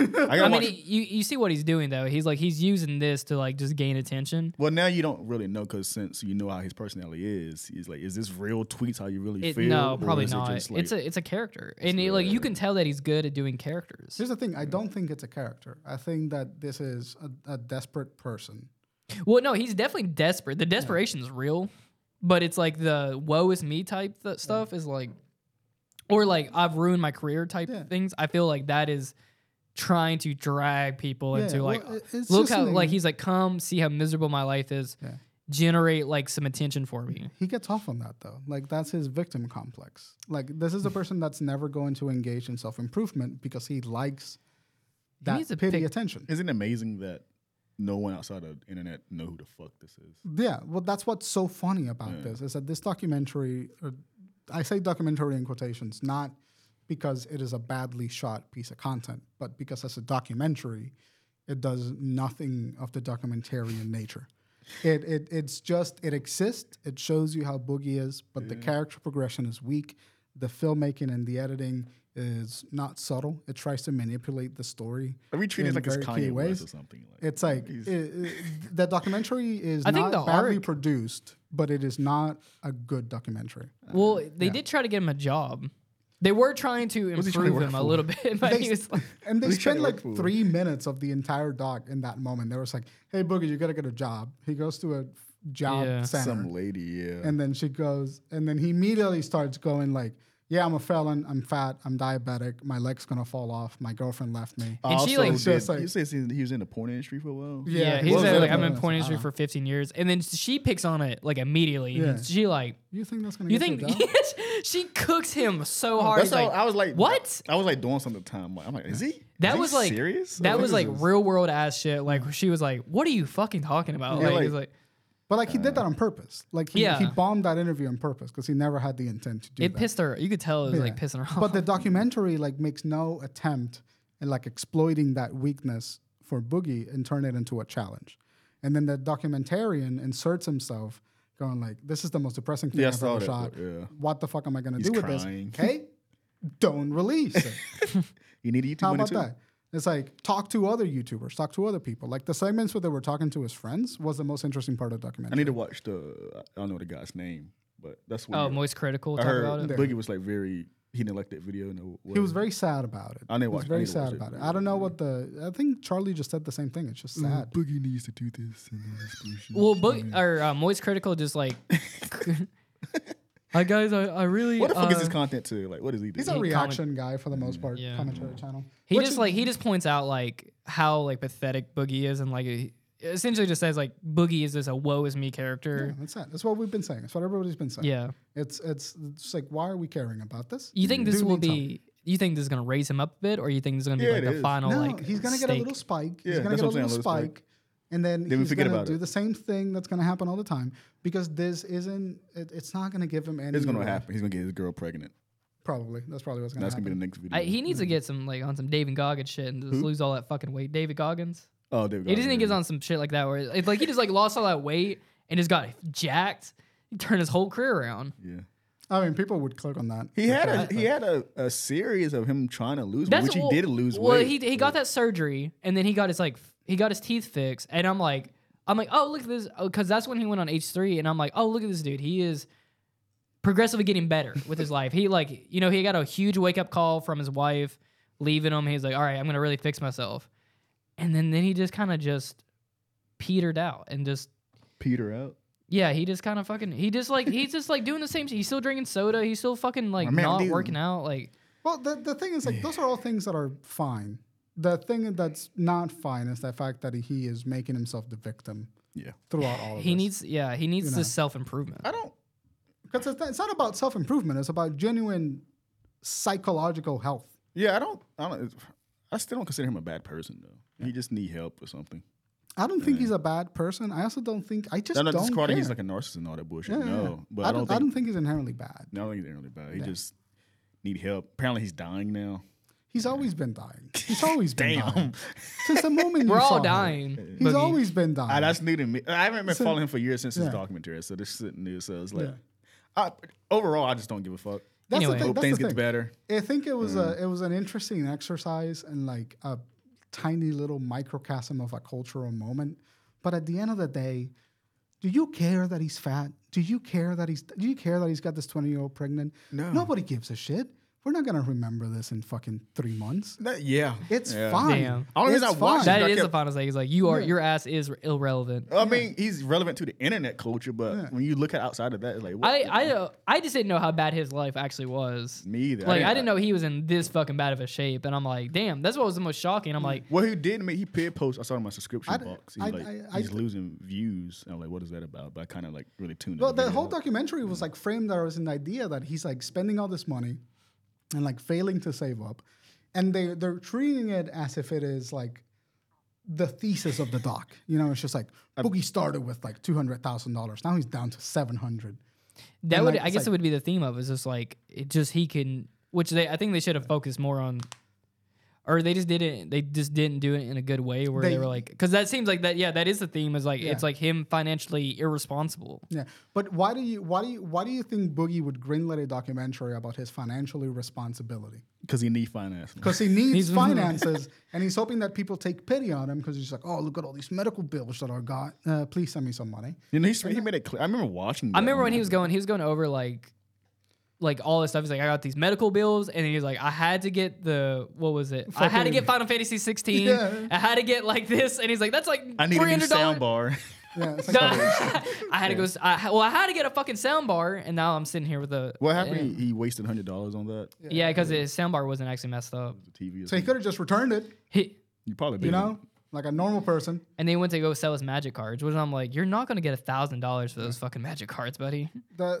[SPEAKER 3] I gotta
[SPEAKER 1] I mean,
[SPEAKER 3] watch.
[SPEAKER 1] he- you you see what he's doing though. He's like he's using this to like just gain attention.
[SPEAKER 3] well, now you don't really know because since you know how his personality is, he's like, is this real tweets how you really
[SPEAKER 1] It,
[SPEAKER 3] feel?
[SPEAKER 1] no,
[SPEAKER 3] or
[SPEAKER 1] probably
[SPEAKER 3] is it
[SPEAKER 1] not.
[SPEAKER 3] just, like-
[SPEAKER 1] it's a it's a character, and it, like you can tell that he's good at doing characters.
[SPEAKER 2] Here's the thing I don't think it's a character. I think that this is a, a desperate person.
[SPEAKER 1] Well, no, he's definitely desperate. The desperation's real, but it's like the woe is me type th- stuff is like, or like I've ruined my career type
[SPEAKER 2] Yeah.
[SPEAKER 1] things. I feel like that is trying to drag people
[SPEAKER 2] Yeah,
[SPEAKER 1] into
[SPEAKER 2] well,
[SPEAKER 1] like,
[SPEAKER 2] it- it's
[SPEAKER 1] look
[SPEAKER 2] just
[SPEAKER 1] how
[SPEAKER 2] an-
[SPEAKER 1] like he's like, come see how miserable my life is,
[SPEAKER 2] Yeah.
[SPEAKER 1] generate like some attention for me.
[SPEAKER 2] He gets off on that, though. Like, that's his victim complex. Like, this is a person that's never going to engage in self improvement because he likes that
[SPEAKER 1] needs to
[SPEAKER 2] pity
[SPEAKER 1] pick-
[SPEAKER 2] attention.
[SPEAKER 3] Isn't it amazing that no one outside of the internet know who the fuck this is?
[SPEAKER 2] Yeah, well, that's what's so funny about this is that this documentary, uh, I say documentary in quotations, not because it is a badly shot piece of content, but because as a documentary, it does nothing of the documentarian nature. It, it it's just it exists. It shows you how Boogie is, but the character progression is weak. The filmmaking and the editing is not subtle. It tries to manipulate the story.
[SPEAKER 3] Like, we treat it
[SPEAKER 2] in
[SPEAKER 3] like it's
[SPEAKER 2] very key
[SPEAKER 3] Kanye
[SPEAKER 2] ways.
[SPEAKER 3] West or something. Like,
[SPEAKER 2] It's like it, it- the documentary is
[SPEAKER 1] I think
[SPEAKER 2] not
[SPEAKER 1] the
[SPEAKER 2] badly
[SPEAKER 1] arc-
[SPEAKER 2] produced, but it is not a good documentary. Uh,
[SPEAKER 1] Well, they did try to get him a job. They were trying to
[SPEAKER 3] he trying to
[SPEAKER 1] improve
[SPEAKER 3] work
[SPEAKER 1] him a
[SPEAKER 3] for?
[SPEAKER 1] little bit, but
[SPEAKER 2] They-
[SPEAKER 1] he was like,
[SPEAKER 2] And they
[SPEAKER 3] What are you
[SPEAKER 2] spend
[SPEAKER 3] trying to
[SPEAKER 2] like
[SPEAKER 3] work for?
[SPEAKER 2] three minutes of the entire doc in that moment. They were just like, "Hey, Boogie, you gotta get a job." He goes to a job
[SPEAKER 1] Yeah.
[SPEAKER 2] center,
[SPEAKER 3] some lady, yeah.
[SPEAKER 2] and then she goes, and then he immediately starts going like, "Yeah, I'm a felon. I'm fat. I'm diabetic. My leg's gonna fall off. My girlfriend left me."
[SPEAKER 3] I
[SPEAKER 1] And she, like-
[SPEAKER 3] also
[SPEAKER 2] Just
[SPEAKER 3] did-
[SPEAKER 2] like-
[SPEAKER 3] you said he was in the porn industry for a while.
[SPEAKER 1] Yeah,
[SPEAKER 2] he
[SPEAKER 1] he
[SPEAKER 2] was
[SPEAKER 1] said
[SPEAKER 2] in
[SPEAKER 1] like
[SPEAKER 2] the
[SPEAKER 1] I've been
[SPEAKER 2] business.
[SPEAKER 1] porn industry for 15 years, and then she picks on it like immediately. and
[SPEAKER 2] Yeah.
[SPEAKER 1] she like,
[SPEAKER 2] You think that's gonna?
[SPEAKER 1] you
[SPEAKER 2] get you a
[SPEAKER 1] think
[SPEAKER 2] job?
[SPEAKER 1] she cooks him so hard?
[SPEAKER 3] Oh, That's
[SPEAKER 1] like,
[SPEAKER 3] how I was like,
[SPEAKER 1] what?
[SPEAKER 3] I was like doing something at the time. Like, I'm like, is he?
[SPEAKER 1] That
[SPEAKER 3] is he
[SPEAKER 1] was like
[SPEAKER 3] serious.
[SPEAKER 1] That
[SPEAKER 3] Like,
[SPEAKER 1] was
[SPEAKER 3] what
[SPEAKER 1] like
[SPEAKER 3] is this?
[SPEAKER 1] real world ass shit. Like she was like, what are you fucking talking about?
[SPEAKER 3] Yeah,
[SPEAKER 1] like,
[SPEAKER 3] like-
[SPEAKER 1] he's like
[SPEAKER 2] But like he did that on purpose. Like he, he
[SPEAKER 1] Yeah.
[SPEAKER 2] bombed that interview on purpose because he never had the intent to do
[SPEAKER 1] it
[SPEAKER 2] that.
[SPEAKER 1] pissed her. You could tell it was like
[SPEAKER 2] Yeah.
[SPEAKER 1] pissing her off.
[SPEAKER 2] But the documentary like makes no attempt at like exploiting that weakness for Boogie and turn it into a challenge. And then the documentarian inserts himself, going like, "This is the most depressing thing
[SPEAKER 3] Yeah, I
[SPEAKER 2] I've
[SPEAKER 3] saw
[SPEAKER 2] ever
[SPEAKER 3] that,
[SPEAKER 2] shot.
[SPEAKER 3] yeah.
[SPEAKER 2] What the fuck am I gonna
[SPEAKER 3] He's
[SPEAKER 2] do with
[SPEAKER 3] crying.
[SPEAKER 2] this? Hey, don't release it.
[SPEAKER 3] You need a YouTube
[SPEAKER 2] How
[SPEAKER 3] money
[SPEAKER 2] about
[SPEAKER 3] too?
[SPEAKER 2] that?" It's like talk to other YouTubers, talk to other people. Like the segments where they were talking to his friends was the most interesting part of the
[SPEAKER 3] I
[SPEAKER 2] documentary.
[SPEAKER 3] need to watch the. I don't know the guy's name, but that's what.
[SPEAKER 1] oh, moist critical.
[SPEAKER 3] I
[SPEAKER 1] Talk
[SPEAKER 3] heard
[SPEAKER 1] about it.
[SPEAKER 3] Boogie was like very. He didn't like that video. No,
[SPEAKER 2] He was very sad about it.
[SPEAKER 3] I need to
[SPEAKER 2] He was
[SPEAKER 3] watch- I
[SPEAKER 2] very
[SPEAKER 3] need to watch
[SPEAKER 2] sad
[SPEAKER 3] it.
[SPEAKER 2] about it. I don't know what the. I think Charlie just said the same thing. It's just sad.
[SPEAKER 3] Boogie needs to do this. And all this bullshit.
[SPEAKER 1] Well, Bo- or uh, moist critical just like Hi guys, I, I really.
[SPEAKER 3] What the fuck is
[SPEAKER 1] uh,
[SPEAKER 3] this content to? Like, what is he doing?
[SPEAKER 2] He's a
[SPEAKER 1] He Mm,
[SPEAKER 2] reaction guy for the most part.
[SPEAKER 1] Yeah.
[SPEAKER 2] Commentary channel.
[SPEAKER 1] He
[SPEAKER 2] Which
[SPEAKER 1] just
[SPEAKER 2] is-
[SPEAKER 1] like he just points out like how like pathetic Boogie is and like he essentially just says like Boogie is just a woe is me character.
[SPEAKER 2] that's it. That's what we've been saying. That's what everybody's been saying.
[SPEAKER 1] Yeah.
[SPEAKER 2] It's it's it's like why are we caring about this?
[SPEAKER 1] You think this
[SPEAKER 2] Dude
[SPEAKER 1] will
[SPEAKER 2] needs help.
[SPEAKER 1] be? You think this is gonna raise him up a bit, or you think this is gonna be
[SPEAKER 3] Yeah,
[SPEAKER 1] like
[SPEAKER 3] it
[SPEAKER 1] the
[SPEAKER 3] is.
[SPEAKER 1] final
[SPEAKER 2] No,
[SPEAKER 1] like?
[SPEAKER 2] he's gonna get a
[SPEAKER 1] stake?
[SPEAKER 2] little spike.
[SPEAKER 3] Yeah,
[SPEAKER 2] he's gonna
[SPEAKER 3] that's
[SPEAKER 2] get a
[SPEAKER 3] what
[SPEAKER 2] little
[SPEAKER 3] I'm saying, a little
[SPEAKER 2] spike,
[SPEAKER 3] spike.
[SPEAKER 2] and then,
[SPEAKER 3] we
[SPEAKER 2] he's
[SPEAKER 3] forget
[SPEAKER 2] gonna
[SPEAKER 3] about
[SPEAKER 2] do
[SPEAKER 3] it.
[SPEAKER 2] the same thing that's gonna happen all the time because this isn't. It, it's not gonna give him any.
[SPEAKER 3] It's gonna
[SPEAKER 2] reward.
[SPEAKER 3] happen. He's gonna get his girl pregnant.
[SPEAKER 2] Probably. That's probably what's gonna
[SPEAKER 3] That's
[SPEAKER 2] happen.
[SPEAKER 3] gonna be the next video.
[SPEAKER 1] I, he needs to get some like on some David Goggins shit and
[SPEAKER 3] Mm-hmm.
[SPEAKER 1] just lose all that fucking weight. David Goggins.
[SPEAKER 3] oh, there we go.
[SPEAKER 1] He just needs to get on some shit like that where it's like he just like lost all that weight and just got jacked. He turned his whole career around.
[SPEAKER 3] Yeah.
[SPEAKER 2] I mean, people would click on that.
[SPEAKER 3] He had a he had a, a series of him trying to lose, weight, which he
[SPEAKER 1] well-
[SPEAKER 3] did lose
[SPEAKER 1] Well,
[SPEAKER 3] weight.
[SPEAKER 1] he he got that surgery and then he got his like f- he got his teeth fixed and I'm like I'm like oh look at this because that's when he went on H three and I'm like oh look at this dude he is progressively getting better with his life. He like you know he got a huge wake up call from his wife leaving him. He's like all right I'm gonna really fix myself, and then then he just kind of just petered out and just
[SPEAKER 3] Peter out.
[SPEAKER 1] Yeah, he just kind of fucking. He just like he's just like doing the same. shit. He's still drinking soda. He's still fucking like
[SPEAKER 3] man,
[SPEAKER 1] not
[SPEAKER 3] dude.
[SPEAKER 1] working out. Like
[SPEAKER 2] Well, the, the thing is, like, those are all things that are fine. The thing that's not fine is the fact that he is making himself the victim
[SPEAKER 3] Yeah.
[SPEAKER 2] throughout all of
[SPEAKER 1] he
[SPEAKER 2] this.
[SPEAKER 1] needs. Yeah, he needs this self improvement.
[SPEAKER 3] I don't.
[SPEAKER 2] because it's, not- it's not about self improvement; it's about genuine psychological health.
[SPEAKER 3] Yeah, I don't. I don't. I still don't consider him a bad person though. He just need help or something.
[SPEAKER 2] I don't think he's a bad person. I also don't think I just
[SPEAKER 3] I'm not
[SPEAKER 2] don't care.
[SPEAKER 3] discarding he's like a narcissist and all that bullshit.
[SPEAKER 2] Yeah, yeah, yeah.
[SPEAKER 3] No, but I don't,
[SPEAKER 2] I
[SPEAKER 3] think.
[SPEAKER 2] don't think he's inherently bad.
[SPEAKER 3] no, I don't think he's really bad. He just need help. Apparently, he's dying now.
[SPEAKER 2] He's always been dying. He's always been dying
[SPEAKER 3] Damn.
[SPEAKER 2] since the moment
[SPEAKER 1] We're
[SPEAKER 2] you saw
[SPEAKER 1] all
[SPEAKER 2] him,
[SPEAKER 1] dying.
[SPEAKER 2] He's
[SPEAKER 1] Boogie.
[SPEAKER 2] always been dying.
[SPEAKER 3] I, that's new to me. I haven't been
[SPEAKER 2] So-
[SPEAKER 3] following him for years since
[SPEAKER 2] yeah.
[SPEAKER 3] his documentary, so this is new. So it's like,
[SPEAKER 2] Yeah.
[SPEAKER 3] I, overall, I just don't give a fuck.
[SPEAKER 2] That's
[SPEAKER 1] Anyway.
[SPEAKER 2] the thing.
[SPEAKER 3] Hope
[SPEAKER 2] That's
[SPEAKER 3] things
[SPEAKER 2] the
[SPEAKER 3] get
[SPEAKER 2] thing.
[SPEAKER 3] better. Mm.
[SPEAKER 2] I think it was a it was an interesting exercise and like a tiny little microcosm of a cultural moment. But at the end of the day, do you care that he's fat? Do you care that he's do you care that he's got this 20 year old pregnant?
[SPEAKER 3] No.
[SPEAKER 2] Nobody gives a shit. We're not gonna remember this in fucking three months.
[SPEAKER 3] That- yeah,
[SPEAKER 2] It's
[SPEAKER 3] Yeah.
[SPEAKER 2] fine.
[SPEAKER 1] Damn.
[SPEAKER 3] Only
[SPEAKER 2] It's
[SPEAKER 3] reason I
[SPEAKER 2] fine.
[SPEAKER 3] watched
[SPEAKER 1] That
[SPEAKER 3] I
[SPEAKER 1] is the
[SPEAKER 3] kept-
[SPEAKER 1] final thing. He's like you are. Your ass is r- irrelevant.
[SPEAKER 3] I mean, he's relevant to the internet culture, but when you look at outside of that, it's like, what?
[SPEAKER 1] I I uh, I just didn't know how bad his life actually was.
[SPEAKER 3] me either.
[SPEAKER 1] Like I didn't know he was in this fucking bad of a shape. And I'm like, damn, that's what was the most shocking. I'm like,
[SPEAKER 3] Well, he did make he did post. I saw it in my subscription
[SPEAKER 2] I-
[SPEAKER 3] box. He's
[SPEAKER 2] I-
[SPEAKER 3] like,
[SPEAKER 2] I- I-
[SPEAKER 3] he's losing views. And I'm like, what is that about? But I kind of like really tuned.
[SPEAKER 2] Well,
[SPEAKER 3] the
[SPEAKER 2] the
[SPEAKER 3] video
[SPEAKER 2] whole
[SPEAKER 3] out.
[SPEAKER 2] documentary was like framed as an idea that he's like spending all this money and like failing to save up, and they they're treating it as if it is like the thesis of the doc. You know, it's just like Boogie started with like two hundred thousand dollars. Now he's down to seven hundred.
[SPEAKER 1] that
[SPEAKER 2] And,
[SPEAKER 1] would.
[SPEAKER 2] like,
[SPEAKER 1] I
[SPEAKER 2] it's
[SPEAKER 1] guess it
[SPEAKER 2] like-
[SPEAKER 1] would be the theme of is just like it just he can. Which they I think they should have focused more on. Or they just didn't. They just didn't do it in a good way, where they,
[SPEAKER 2] They-
[SPEAKER 1] were like, because that seems like that. Yeah, that is the theme. Is like it's
[SPEAKER 2] Yeah.
[SPEAKER 1] like him financially irresponsible.
[SPEAKER 2] Yeah, but why do you why do you why do you think Boogie would greenlight a documentary about his financial irresponsibility?
[SPEAKER 3] because he need finance.
[SPEAKER 2] because he needs finances, and he's hoping that people take pity on him because he's like, "Oh, look at all these medical bills that I got. Uh, please send me some money."
[SPEAKER 3] You know, he's, he made it clear. I remember watching.
[SPEAKER 1] I remember when he was going, he was going over like, like all this stuff. He's like, I got these medical bills, and he was like, I had to get the what was it? I had to get Final Fantasy 16.
[SPEAKER 2] Yeah.
[SPEAKER 1] I had to get like this, and he's like, that's like
[SPEAKER 3] I need a
[SPEAKER 1] three
[SPEAKER 3] new
[SPEAKER 1] hundred
[SPEAKER 3] sound
[SPEAKER 1] dollars.
[SPEAKER 3] bar.
[SPEAKER 2] Yeah, it's like-
[SPEAKER 1] I had to go. s- I, ha- well, I had to get a fucking sound bar, and now I'm sitting here with a
[SPEAKER 3] what happened? He, he wasted hundred dollars on that
[SPEAKER 1] Yeah, because his sound bar wasn't actually messed up.
[SPEAKER 3] TV. Or
[SPEAKER 2] so he
[SPEAKER 3] something.
[SPEAKER 2] could have just returned it,
[SPEAKER 1] He,
[SPEAKER 3] you probably
[SPEAKER 2] you
[SPEAKER 3] didn't.
[SPEAKER 2] know, like a normal person.
[SPEAKER 1] and they went to go sell his magic cards, which I'm like, you're not gonna get a thousand dollars for those fucking magic cards, buddy.
[SPEAKER 2] The, uh,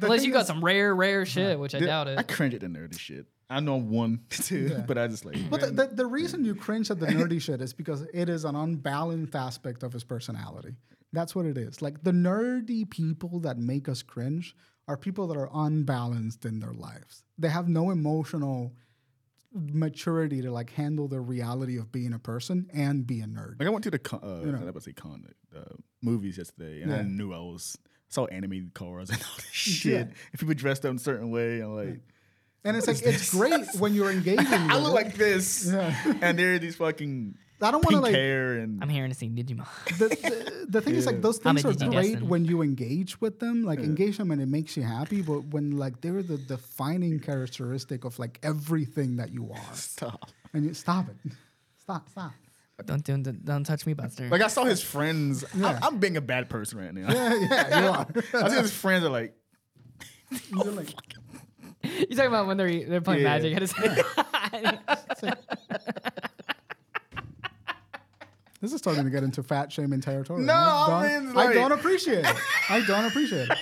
[SPEAKER 2] the
[SPEAKER 1] Unless
[SPEAKER 2] thing
[SPEAKER 1] you got
[SPEAKER 2] is-
[SPEAKER 1] some rare, rare shit, which I
[SPEAKER 3] Did-
[SPEAKER 1] doubt it.
[SPEAKER 3] I cringe at the nerdy shit. I know I'm one too, but I just like.
[SPEAKER 2] But the, the, the reason you cringe at the nerdy shit is because it is an unbalanced aspect of his personality. That's what it is. Like the nerdy people that make us cringe are people that are unbalanced in their lives. They have no emotional maturity to like handle the reality of being a person and be a nerd.
[SPEAKER 3] Like I went to the con, uh, I was about to say con uh, movies yesterday, and I knew I was saw animated cars and all this shit. And people dressed up in a certain way, and like
[SPEAKER 2] And it's like it's great when you're engaging.
[SPEAKER 3] I
[SPEAKER 2] with
[SPEAKER 3] look
[SPEAKER 2] it.
[SPEAKER 3] like this,
[SPEAKER 2] Yeah.
[SPEAKER 3] and there are these fucking
[SPEAKER 2] I don't want to
[SPEAKER 3] pink
[SPEAKER 2] like
[SPEAKER 3] hair and
[SPEAKER 1] I'm hearing to see Digimon.
[SPEAKER 2] the, the, the thing is like those
[SPEAKER 1] I'm
[SPEAKER 2] things
[SPEAKER 1] a
[SPEAKER 2] are
[SPEAKER 1] DJ
[SPEAKER 2] great
[SPEAKER 1] Destin.
[SPEAKER 2] when you engage with them like engage them and it makes you happy but when like they're the defining characteristic of like everything that you are
[SPEAKER 3] stuff.
[SPEAKER 2] and you stop it stop stop
[SPEAKER 1] don't, don't don't touch me, Buster.
[SPEAKER 3] Like I saw his friends.
[SPEAKER 2] Yeah.
[SPEAKER 3] I, am being a bad person right now.
[SPEAKER 2] yeah you are
[SPEAKER 3] I see his friends are like,
[SPEAKER 2] You're like,
[SPEAKER 1] You talking about when they're e-, they're playing
[SPEAKER 3] Yeah.
[SPEAKER 1] Magic? I just-
[SPEAKER 2] this is starting to get into fat shaming territory.
[SPEAKER 3] No,
[SPEAKER 2] I
[SPEAKER 3] I
[SPEAKER 2] don't,
[SPEAKER 3] mean,
[SPEAKER 2] I
[SPEAKER 3] like-
[SPEAKER 2] don't appreciate it. I don't appreciate it.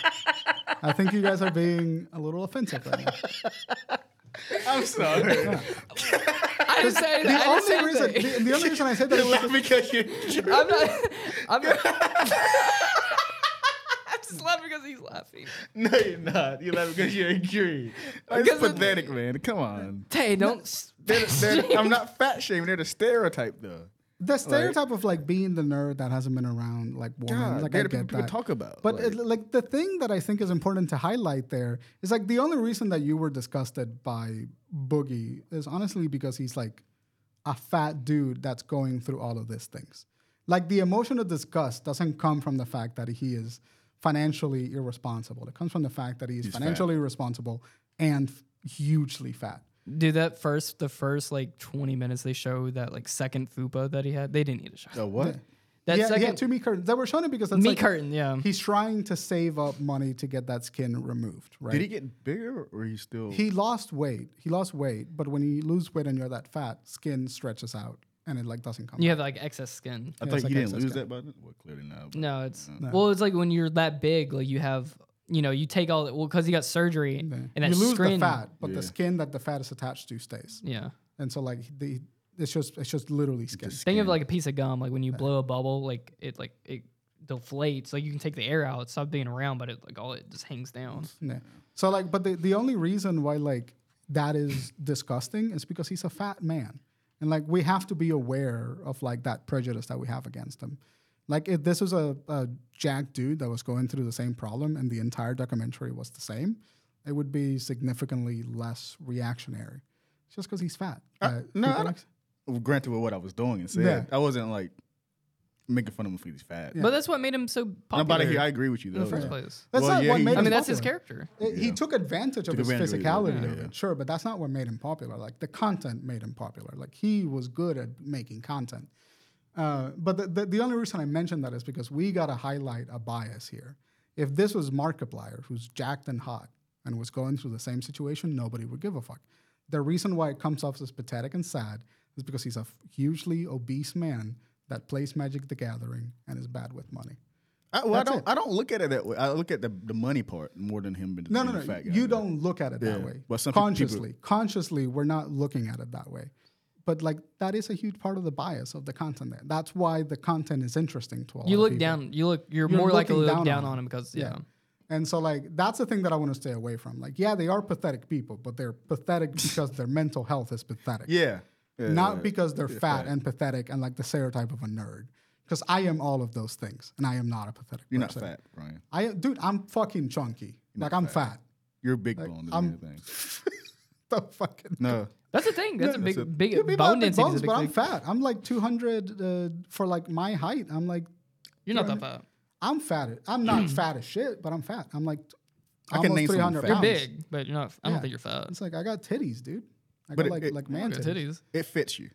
[SPEAKER 2] I think you guys are being a little offensive right now.
[SPEAKER 3] I'm sorry.
[SPEAKER 1] I didn't say
[SPEAKER 2] The
[SPEAKER 1] that. I didn't say
[SPEAKER 2] only reason,
[SPEAKER 1] anything.
[SPEAKER 2] the, the only reason I said that is
[SPEAKER 3] Laugh because you.
[SPEAKER 1] I'm not. I'm not. I'm just laughing because he's laughing.
[SPEAKER 3] No, you're not. You laugh because you agree. It's
[SPEAKER 1] Because it-
[SPEAKER 3] pathetic, man. Come on.
[SPEAKER 1] Tay, don't. s-
[SPEAKER 3] They're- they're- I'm not fat shaming. They're the stereotype, though.
[SPEAKER 2] The stereotype of like being the nerd that hasn't been around, like woman,
[SPEAKER 3] God,
[SPEAKER 2] like
[SPEAKER 3] they're
[SPEAKER 2] I
[SPEAKER 3] the
[SPEAKER 2] get
[SPEAKER 3] people people
[SPEAKER 2] that.
[SPEAKER 3] talk about.
[SPEAKER 2] But
[SPEAKER 3] like-
[SPEAKER 2] it, like the thing that I think is important to highlight there is like the only reason that you were disgusted by Boogie is honestly because he's like a fat dude that's going through all of these things. Like the emotion of disgust doesn't come from the fact that he is financially irresponsible. It comes from the fact that he's, financially irresponsible and f- hugely fat.
[SPEAKER 1] Dude, that first the first like 20 minutes they show that like second fupa that he had, they didn't need to show.
[SPEAKER 3] the what?
[SPEAKER 1] That
[SPEAKER 2] yeah, yeah,
[SPEAKER 1] second
[SPEAKER 2] two meat curtains. They were showing it because that's
[SPEAKER 1] meat
[SPEAKER 2] like,
[SPEAKER 1] curtain, yeah.
[SPEAKER 2] He's trying to save up money to get that skin removed, right?
[SPEAKER 3] Did he get bigger or he still?
[SPEAKER 2] He lost weight. He lost weight, but when you lose weight and you're that fat, skin stretches out and it like doesn't come.
[SPEAKER 1] you
[SPEAKER 2] back.
[SPEAKER 1] have like excess skin.
[SPEAKER 3] I
[SPEAKER 2] Yeah,
[SPEAKER 3] thought
[SPEAKER 2] it's
[SPEAKER 3] he
[SPEAKER 2] like
[SPEAKER 3] didn't
[SPEAKER 2] excess
[SPEAKER 3] lose
[SPEAKER 2] skin.
[SPEAKER 3] that button. Well, clearly not. but-
[SPEAKER 1] Mm-hmm. No, it's well, it's like when you're that big, like you have, you know, you take all well because he got surgery and that
[SPEAKER 2] you lose
[SPEAKER 1] screen,
[SPEAKER 2] the fat, but
[SPEAKER 3] Yeah.
[SPEAKER 2] the skin that the fat is attached to stays.
[SPEAKER 1] Yeah,
[SPEAKER 2] And so like the it's just it's just literally skin.
[SPEAKER 1] think of
[SPEAKER 3] skin.
[SPEAKER 1] like a piece of gum, like when you blow a bubble, like it like it deflates, like you can take the air out, stop being around, but it like all it just hangs down.
[SPEAKER 2] Yeah. So like, but the, the only reason why like that is disgusting is because he's a fat man, and like we have to be aware of like that prejudice that we have against him. Like if this was a, a jack dude that was going through the same problem and the entire documentary was the same, it would be significantly less reactionary. It's just because he's fat. Uh,
[SPEAKER 3] no,
[SPEAKER 2] people
[SPEAKER 3] I
[SPEAKER 2] like-
[SPEAKER 3] Well, granted with what I was doing and said.
[SPEAKER 2] Yeah.
[SPEAKER 3] I wasn't like making fun of him for these fat.
[SPEAKER 1] But that's what made him so popular
[SPEAKER 3] Nobody here, I agree with you though.
[SPEAKER 1] in the first
[SPEAKER 3] Yeah.
[SPEAKER 1] place.
[SPEAKER 2] that's
[SPEAKER 3] Well,
[SPEAKER 2] not
[SPEAKER 3] yeah,
[SPEAKER 2] what
[SPEAKER 3] he-
[SPEAKER 2] made
[SPEAKER 3] I
[SPEAKER 1] I
[SPEAKER 2] him
[SPEAKER 1] mean, that's his
[SPEAKER 2] popular.
[SPEAKER 1] character.
[SPEAKER 2] It- He took advantage of his
[SPEAKER 3] advantage of it,
[SPEAKER 2] physicality,
[SPEAKER 3] yeah,
[SPEAKER 2] of
[SPEAKER 3] yeah.
[SPEAKER 2] it, sure, but that's not what made him popular. Like the content made him popular. Like he was good at making content. Uh, but the, the, the only reason I mention that is because we got to highlight a bias here. If this was Markiplier, who's jacked and hot and was going through the same situation, nobody would give a fuck. The reason why it comes off as pathetic and sad is because he's a f- hugely obese man that plays Magic the Gathering and is bad with money.
[SPEAKER 3] I, well, I
[SPEAKER 2] That's
[SPEAKER 3] don't.
[SPEAKER 2] it.
[SPEAKER 3] I don't look at it that way. I look at the, the money part more than him. being
[SPEAKER 2] No, no,
[SPEAKER 3] the
[SPEAKER 2] no.
[SPEAKER 3] fat guy.
[SPEAKER 2] You don't look at it that
[SPEAKER 3] Yeah.
[SPEAKER 2] way.
[SPEAKER 3] But some peop- people-
[SPEAKER 2] consciously, consciously, we're not looking at it that way. But like that is a huge part of the bias of the content. There. That's why the content is interesting to a lot
[SPEAKER 1] You
[SPEAKER 2] of
[SPEAKER 1] look
[SPEAKER 2] people.
[SPEAKER 1] down. You look. You're,
[SPEAKER 2] You're
[SPEAKER 1] more likely to
[SPEAKER 2] looking
[SPEAKER 1] look down,
[SPEAKER 2] down on
[SPEAKER 1] on him,
[SPEAKER 2] him.
[SPEAKER 1] because
[SPEAKER 2] Yeah.
[SPEAKER 1] yeah.
[SPEAKER 2] And so like that's the thing that I want to stay away from. Like, yeah, they are pathetic people, but they're pathetic because their mental health is pathetic.
[SPEAKER 3] Yeah. Yeah,
[SPEAKER 2] Not
[SPEAKER 3] yeah.
[SPEAKER 2] because they're fat and pathetic and like the stereotype of a nerd. Because I am all of those things, and I am not a pathetic
[SPEAKER 3] you're not
[SPEAKER 2] person.
[SPEAKER 3] fat, Brian.
[SPEAKER 2] I, dude, I'm fucking chunky. like I'm fat.
[SPEAKER 3] You're big boned.
[SPEAKER 2] I'm-
[SPEAKER 3] and everything.
[SPEAKER 2] The fucking
[SPEAKER 3] No.
[SPEAKER 1] That's a thing. That's a big,
[SPEAKER 3] that's a-
[SPEAKER 1] big
[SPEAKER 2] Yeah, people have
[SPEAKER 1] bone
[SPEAKER 2] big
[SPEAKER 1] density. is a
[SPEAKER 2] bones,
[SPEAKER 1] big
[SPEAKER 2] but I'm
[SPEAKER 1] thing.
[SPEAKER 2] fat. I'm like 200 uh, for like my height. I'm like,
[SPEAKER 1] You're not that fat.
[SPEAKER 2] I'm fat. I'm not fat as shit, but I'm fat. I'm like,
[SPEAKER 3] I
[SPEAKER 2] I
[SPEAKER 3] can
[SPEAKER 2] can
[SPEAKER 3] name someone
[SPEAKER 2] 300
[SPEAKER 3] fat.
[SPEAKER 2] pounds.
[SPEAKER 1] You're big, but you're not. I don't
[SPEAKER 2] Yeah.
[SPEAKER 1] think you're fat.
[SPEAKER 2] It's like I got titties, dude. I
[SPEAKER 3] But
[SPEAKER 2] got
[SPEAKER 3] it-
[SPEAKER 2] like
[SPEAKER 3] it-
[SPEAKER 2] like man
[SPEAKER 1] Got
[SPEAKER 2] titties.
[SPEAKER 1] titties.
[SPEAKER 3] It fits you.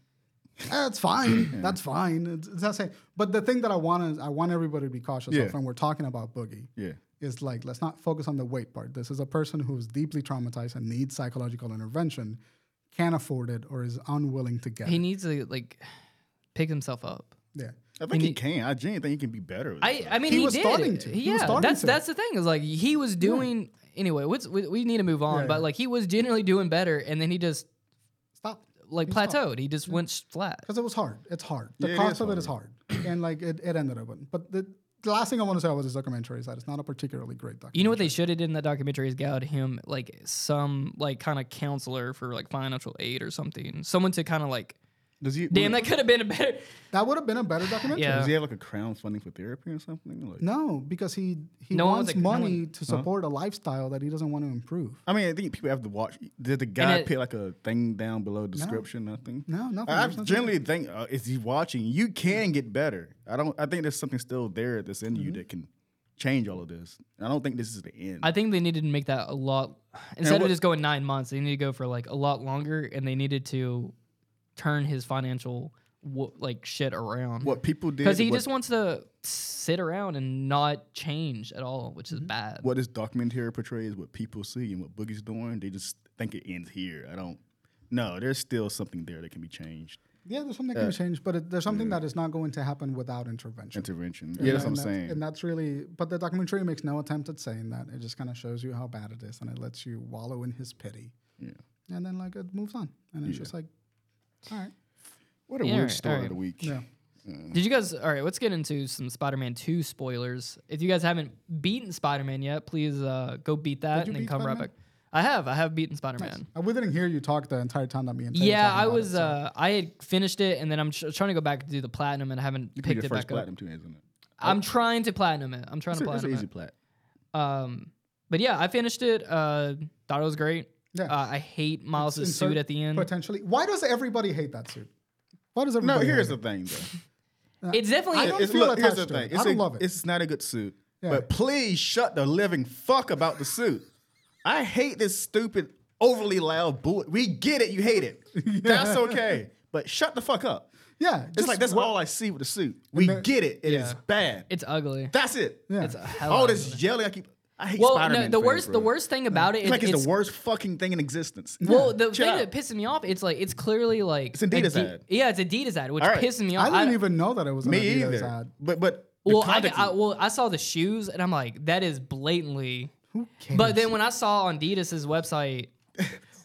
[SPEAKER 2] That's fine. That's fine. It's, it's not saying. But the thing that I want is I want everybody to be cautious
[SPEAKER 3] Yeah.
[SPEAKER 2] of when we're talking about boogie.
[SPEAKER 3] Yeah.
[SPEAKER 2] is like let's not focus on the weight part. This is a person who's deeply traumatized and needs psychological intervention, can't afford it, or is unwilling to get.
[SPEAKER 1] He
[SPEAKER 2] it.
[SPEAKER 1] needs to like pick himself up.
[SPEAKER 2] Yeah.
[SPEAKER 3] I think he,
[SPEAKER 1] he-
[SPEAKER 3] can. I genuinely think he can be better. with
[SPEAKER 1] I,
[SPEAKER 3] himself.
[SPEAKER 1] I mean,
[SPEAKER 2] He
[SPEAKER 1] he,
[SPEAKER 2] was
[SPEAKER 1] did.
[SPEAKER 2] starting to. He
[SPEAKER 1] Yeah,
[SPEAKER 2] was starting
[SPEAKER 1] that's
[SPEAKER 2] to.
[SPEAKER 1] that's the thing. Is like he was doing anyway. What's, we, we need to move on,
[SPEAKER 2] Yeah,
[SPEAKER 1] but
[SPEAKER 2] yeah.
[SPEAKER 1] like he was generally doing better, and then he just
[SPEAKER 2] Stop.
[SPEAKER 1] like
[SPEAKER 2] He stopped.
[SPEAKER 1] plateaued. He just went s- flat.
[SPEAKER 2] because it was hard. It's hard. The
[SPEAKER 3] Yeah, it
[SPEAKER 2] cost
[SPEAKER 3] is
[SPEAKER 2] of it is hard, and like it, it ended up. in- But the, the last thing I want to say about this documentary is that it's not a particularly great documentary.
[SPEAKER 1] You know what they should have did in that documentary is got him like some like kind of counselor for like financial aid or something. Someone to kind of like,
[SPEAKER 3] does he?
[SPEAKER 1] damn, that could have been a better.
[SPEAKER 2] that would have been a better documentary.
[SPEAKER 1] Yeah.
[SPEAKER 3] Does he have like a crowdfunding for therapy or something? Like,
[SPEAKER 2] No, because he he
[SPEAKER 1] No one was
[SPEAKER 2] wants
[SPEAKER 1] a- no
[SPEAKER 2] money
[SPEAKER 1] one-
[SPEAKER 3] Uh-huh.
[SPEAKER 2] to support a lifestyle that he doesn't want to improve.
[SPEAKER 3] I mean, I think people have to watch. Did the guy
[SPEAKER 1] it-
[SPEAKER 3] put like a thing down below description? Nothing.
[SPEAKER 2] No, nothing.
[SPEAKER 3] I
[SPEAKER 2] There's nothing.
[SPEAKER 3] generally think uh, is he watching? You can get better. I don't. I think there's something still there that's in you that can change all of this. I don't think this is the end.
[SPEAKER 1] Mm-hmm. I think they needed to make that a lot instead
[SPEAKER 3] what-
[SPEAKER 1] of just going nine months. They need to go for like a lot longer, and they needed to turn his financial wo- like shit around.
[SPEAKER 3] What people did
[SPEAKER 1] Because he
[SPEAKER 3] what,
[SPEAKER 1] just wants to sit around and not change at all, which is bad.
[SPEAKER 3] Mm-hmm. what this documentary portrays, what people see, and what Boogie's doing, they just think it ends here. I don't. No, there's still something there that can be changed.
[SPEAKER 2] Yeah, there's something that can change, but it, there's something that is not going to happen without intervention.
[SPEAKER 3] Intervention. Yeah, that's what I'm
[SPEAKER 2] and
[SPEAKER 3] saying.
[SPEAKER 2] And that's really, but the documentary makes no attempt at saying that. It just kind of shows you how bad it is, and it lets you wallow in his pity.
[SPEAKER 3] Yeah.
[SPEAKER 2] And then like it moves on, and it's just like, all right,
[SPEAKER 3] What a
[SPEAKER 1] Yeah,
[SPEAKER 3] weird
[SPEAKER 1] alright,
[SPEAKER 3] story of
[SPEAKER 1] alright.
[SPEAKER 3] the week.
[SPEAKER 2] yeah.
[SPEAKER 1] Did you guys? All right, let's get into some Spider-Man Two spoilers. If you guys haven't beaten Spider-Man yet, please uh, go beat that
[SPEAKER 2] you
[SPEAKER 1] and then
[SPEAKER 2] beat
[SPEAKER 1] come right
[SPEAKER 2] Spider-Man?
[SPEAKER 1] back. I have, I have beaten Spider-Man.
[SPEAKER 2] Uh, We didn't hear you talk the entire time that me and Tay were
[SPEAKER 1] Yeah,
[SPEAKER 2] talking
[SPEAKER 1] I
[SPEAKER 2] about it,
[SPEAKER 1] was.
[SPEAKER 2] so-
[SPEAKER 1] Uh, I had finished it, and then I'm tr- trying to go back to do the platinum, and I haven't
[SPEAKER 3] You can
[SPEAKER 1] picked
[SPEAKER 3] be
[SPEAKER 1] it
[SPEAKER 3] the first
[SPEAKER 1] back
[SPEAKER 3] platinum
[SPEAKER 1] up.
[SPEAKER 3] too, isn't it?
[SPEAKER 1] I'm trying to platinum it. I'm trying
[SPEAKER 3] It's,
[SPEAKER 1] to
[SPEAKER 3] a, it's an
[SPEAKER 1] platinum
[SPEAKER 3] easy
[SPEAKER 1] it.
[SPEAKER 3] plat.
[SPEAKER 1] Um, but yeah, I finished it. Uh, thought it was great.
[SPEAKER 2] Yeah.
[SPEAKER 1] Uh, I hate Miles'
[SPEAKER 2] Insert
[SPEAKER 1] suit at the end.
[SPEAKER 2] potentially. Why does everybody hate that suit? Why does
[SPEAKER 3] No,
[SPEAKER 2] everybody?
[SPEAKER 3] here's
[SPEAKER 2] hate
[SPEAKER 3] the thing though.
[SPEAKER 1] It's definitely.
[SPEAKER 2] I don't
[SPEAKER 3] It's,
[SPEAKER 2] feel
[SPEAKER 3] look, here's
[SPEAKER 2] attached
[SPEAKER 3] the
[SPEAKER 2] to it.
[SPEAKER 3] thing.
[SPEAKER 2] I
[SPEAKER 3] It's
[SPEAKER 2] don't
[SPEAKER 3] a-
[SPEAKER 2] love it.
[SPEAKER 3] It's not a good suit.
[SPEAKER 2] Yeah.
[SPEAKER 3] But please shut the living fuck about the suit. I hate this stupid, overly loud bull. We get it. You hate it. That's okay. But shut the fuck up.
[SPEAKER 2] it? Yeah,
[SPEAKER 3] It's like that's all I see with the suit. We get it. It is
[SPEAKER 1] Yeah.
[SPEAKER 3] bad.
[SPEAKER 1] it's ugly.
[SPEAKER 3] that's it.
[SPEAKER 2] Yeah.
[SPEAKER 1] It's a hell
[SPEAKER 3] All
[SPEAKER 1] of
[SPEAKER 3] this yelling. I keep. I hate
[SPEAKER 1] Well,
[SPEAKER 3] Spider-Man.
[SPEAKER 1] no, the
[SPEAKER 3] fans,
[SPEAKER 1] worst.
[SPEAKER 3] bro.
[SPEAKER 1] The worst thing about it
[SPEAKER 3] It's
[SPEAKER 1] is
[SPEAKER 3] like it's,
[SPEAKER 1] it's
[SPEAKER 3] the worst fucking thing in existence.
[SPEAKER 1] Well, the
[SPEAKER 3] Chill
[SPEAKER 1] thing
[SPEAKER 3] out.
[SPEAKER 1] that pisses me off, it's like it's clearly like it's
[SPEAKER 3] Adidas ad.
[SPEAKER 1] yeah, it's Adidas ad, which
[SPEAKER 3] All right.
[SPEAKER 1] pisses me off.
[SPEAKER 2] I didn't even know that it was an
[SPEAKER 3] Me
[SPEAKER 2] Adidas
[SPEAKER 3] either.
[SPEAKER 2] ad.
[SPEAKER 3] But but the
[SPEAKER 1] well, I,
[SPEAKER 3] context
[SPEAKER 1] I-
[SPEAKER 3] is-
[SPEAKER 1] well, I saw the shoes, and I'm like, that is blatantly.
[SPEAKER 2] Who cares?
[SPEAKER 1] But then when I saw on Adidas' website,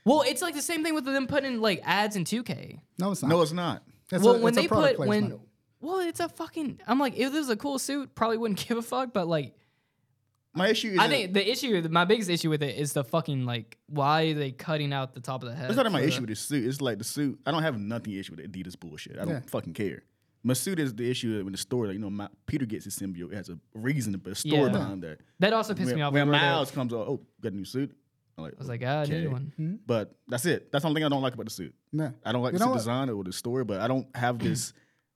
[SPEAKER 1] well, it's like the same thing with them putting like ads in 2K.
[SPEAKER 2] no, it's not.
[SPEAKER 3] no, it's not.
[SPEAKER 2] It's
[SPEAKER 1] well,
[SPEAKER 2] a-
[SPEAKER 1] when
[SPEAKER 2] it's a
[SPEAKER 1] they
[SPEAKER 2] product
[SPEAKER 1] put when,
[SPEAKER 2] placement.
[SPEAKER 1] well, it's a fucking. I'm like, if this is a cool suit, probably wouldn't give a fuck. But like,
[SPEAKER 3] My issue is
[SPEAKER 1] I think the issue, my biggest issue with it is the fucking like, why are they cutting out the top of the head?
[SPEAKER 3] That's not my
[SPEAKER 1] for the-
[SPEAKER 3] issue with this suit. It's like the suit. I don't have nothing issue with the Adidas bullshit. I don't
[SPEAKER 2] Yeah.
[SPEAKER 3] fucking care. My suit is the issue when the story, like, you know, my, Peter gets his symbiote. It has a reason, but a story
[SPEAKER 1] Yeah.
[SPEAKER 3] behind that.
[SPEAKER 1] That also pissed
[SPEAKER 3] When,
[SPEAKER 1] me off.
[SPEAKER 3] when
[SPEAKER 1] when I read it.
[SPEAKER 3] Miles comes, out, oh, got a new suit. I'm like,
[SPEAKER 1] I was like, ah, I need
[SPEAKER 3] okay.
[SPEAKER 1] one.
[SPEAKER 3] But that's it. That's the only thing I don't like about the suit.
[SPEAKER 2] Yeah.
[SPEAKER 3] I don't like
[SPEAKER 2] Mm-hmm. You
[SPEAKER 3] the
[SPEAKER 2] know
[SPEAKER 3] suit
[SPEAKER 2] what?
[SPEAKER 3] design or the story, but I don't have this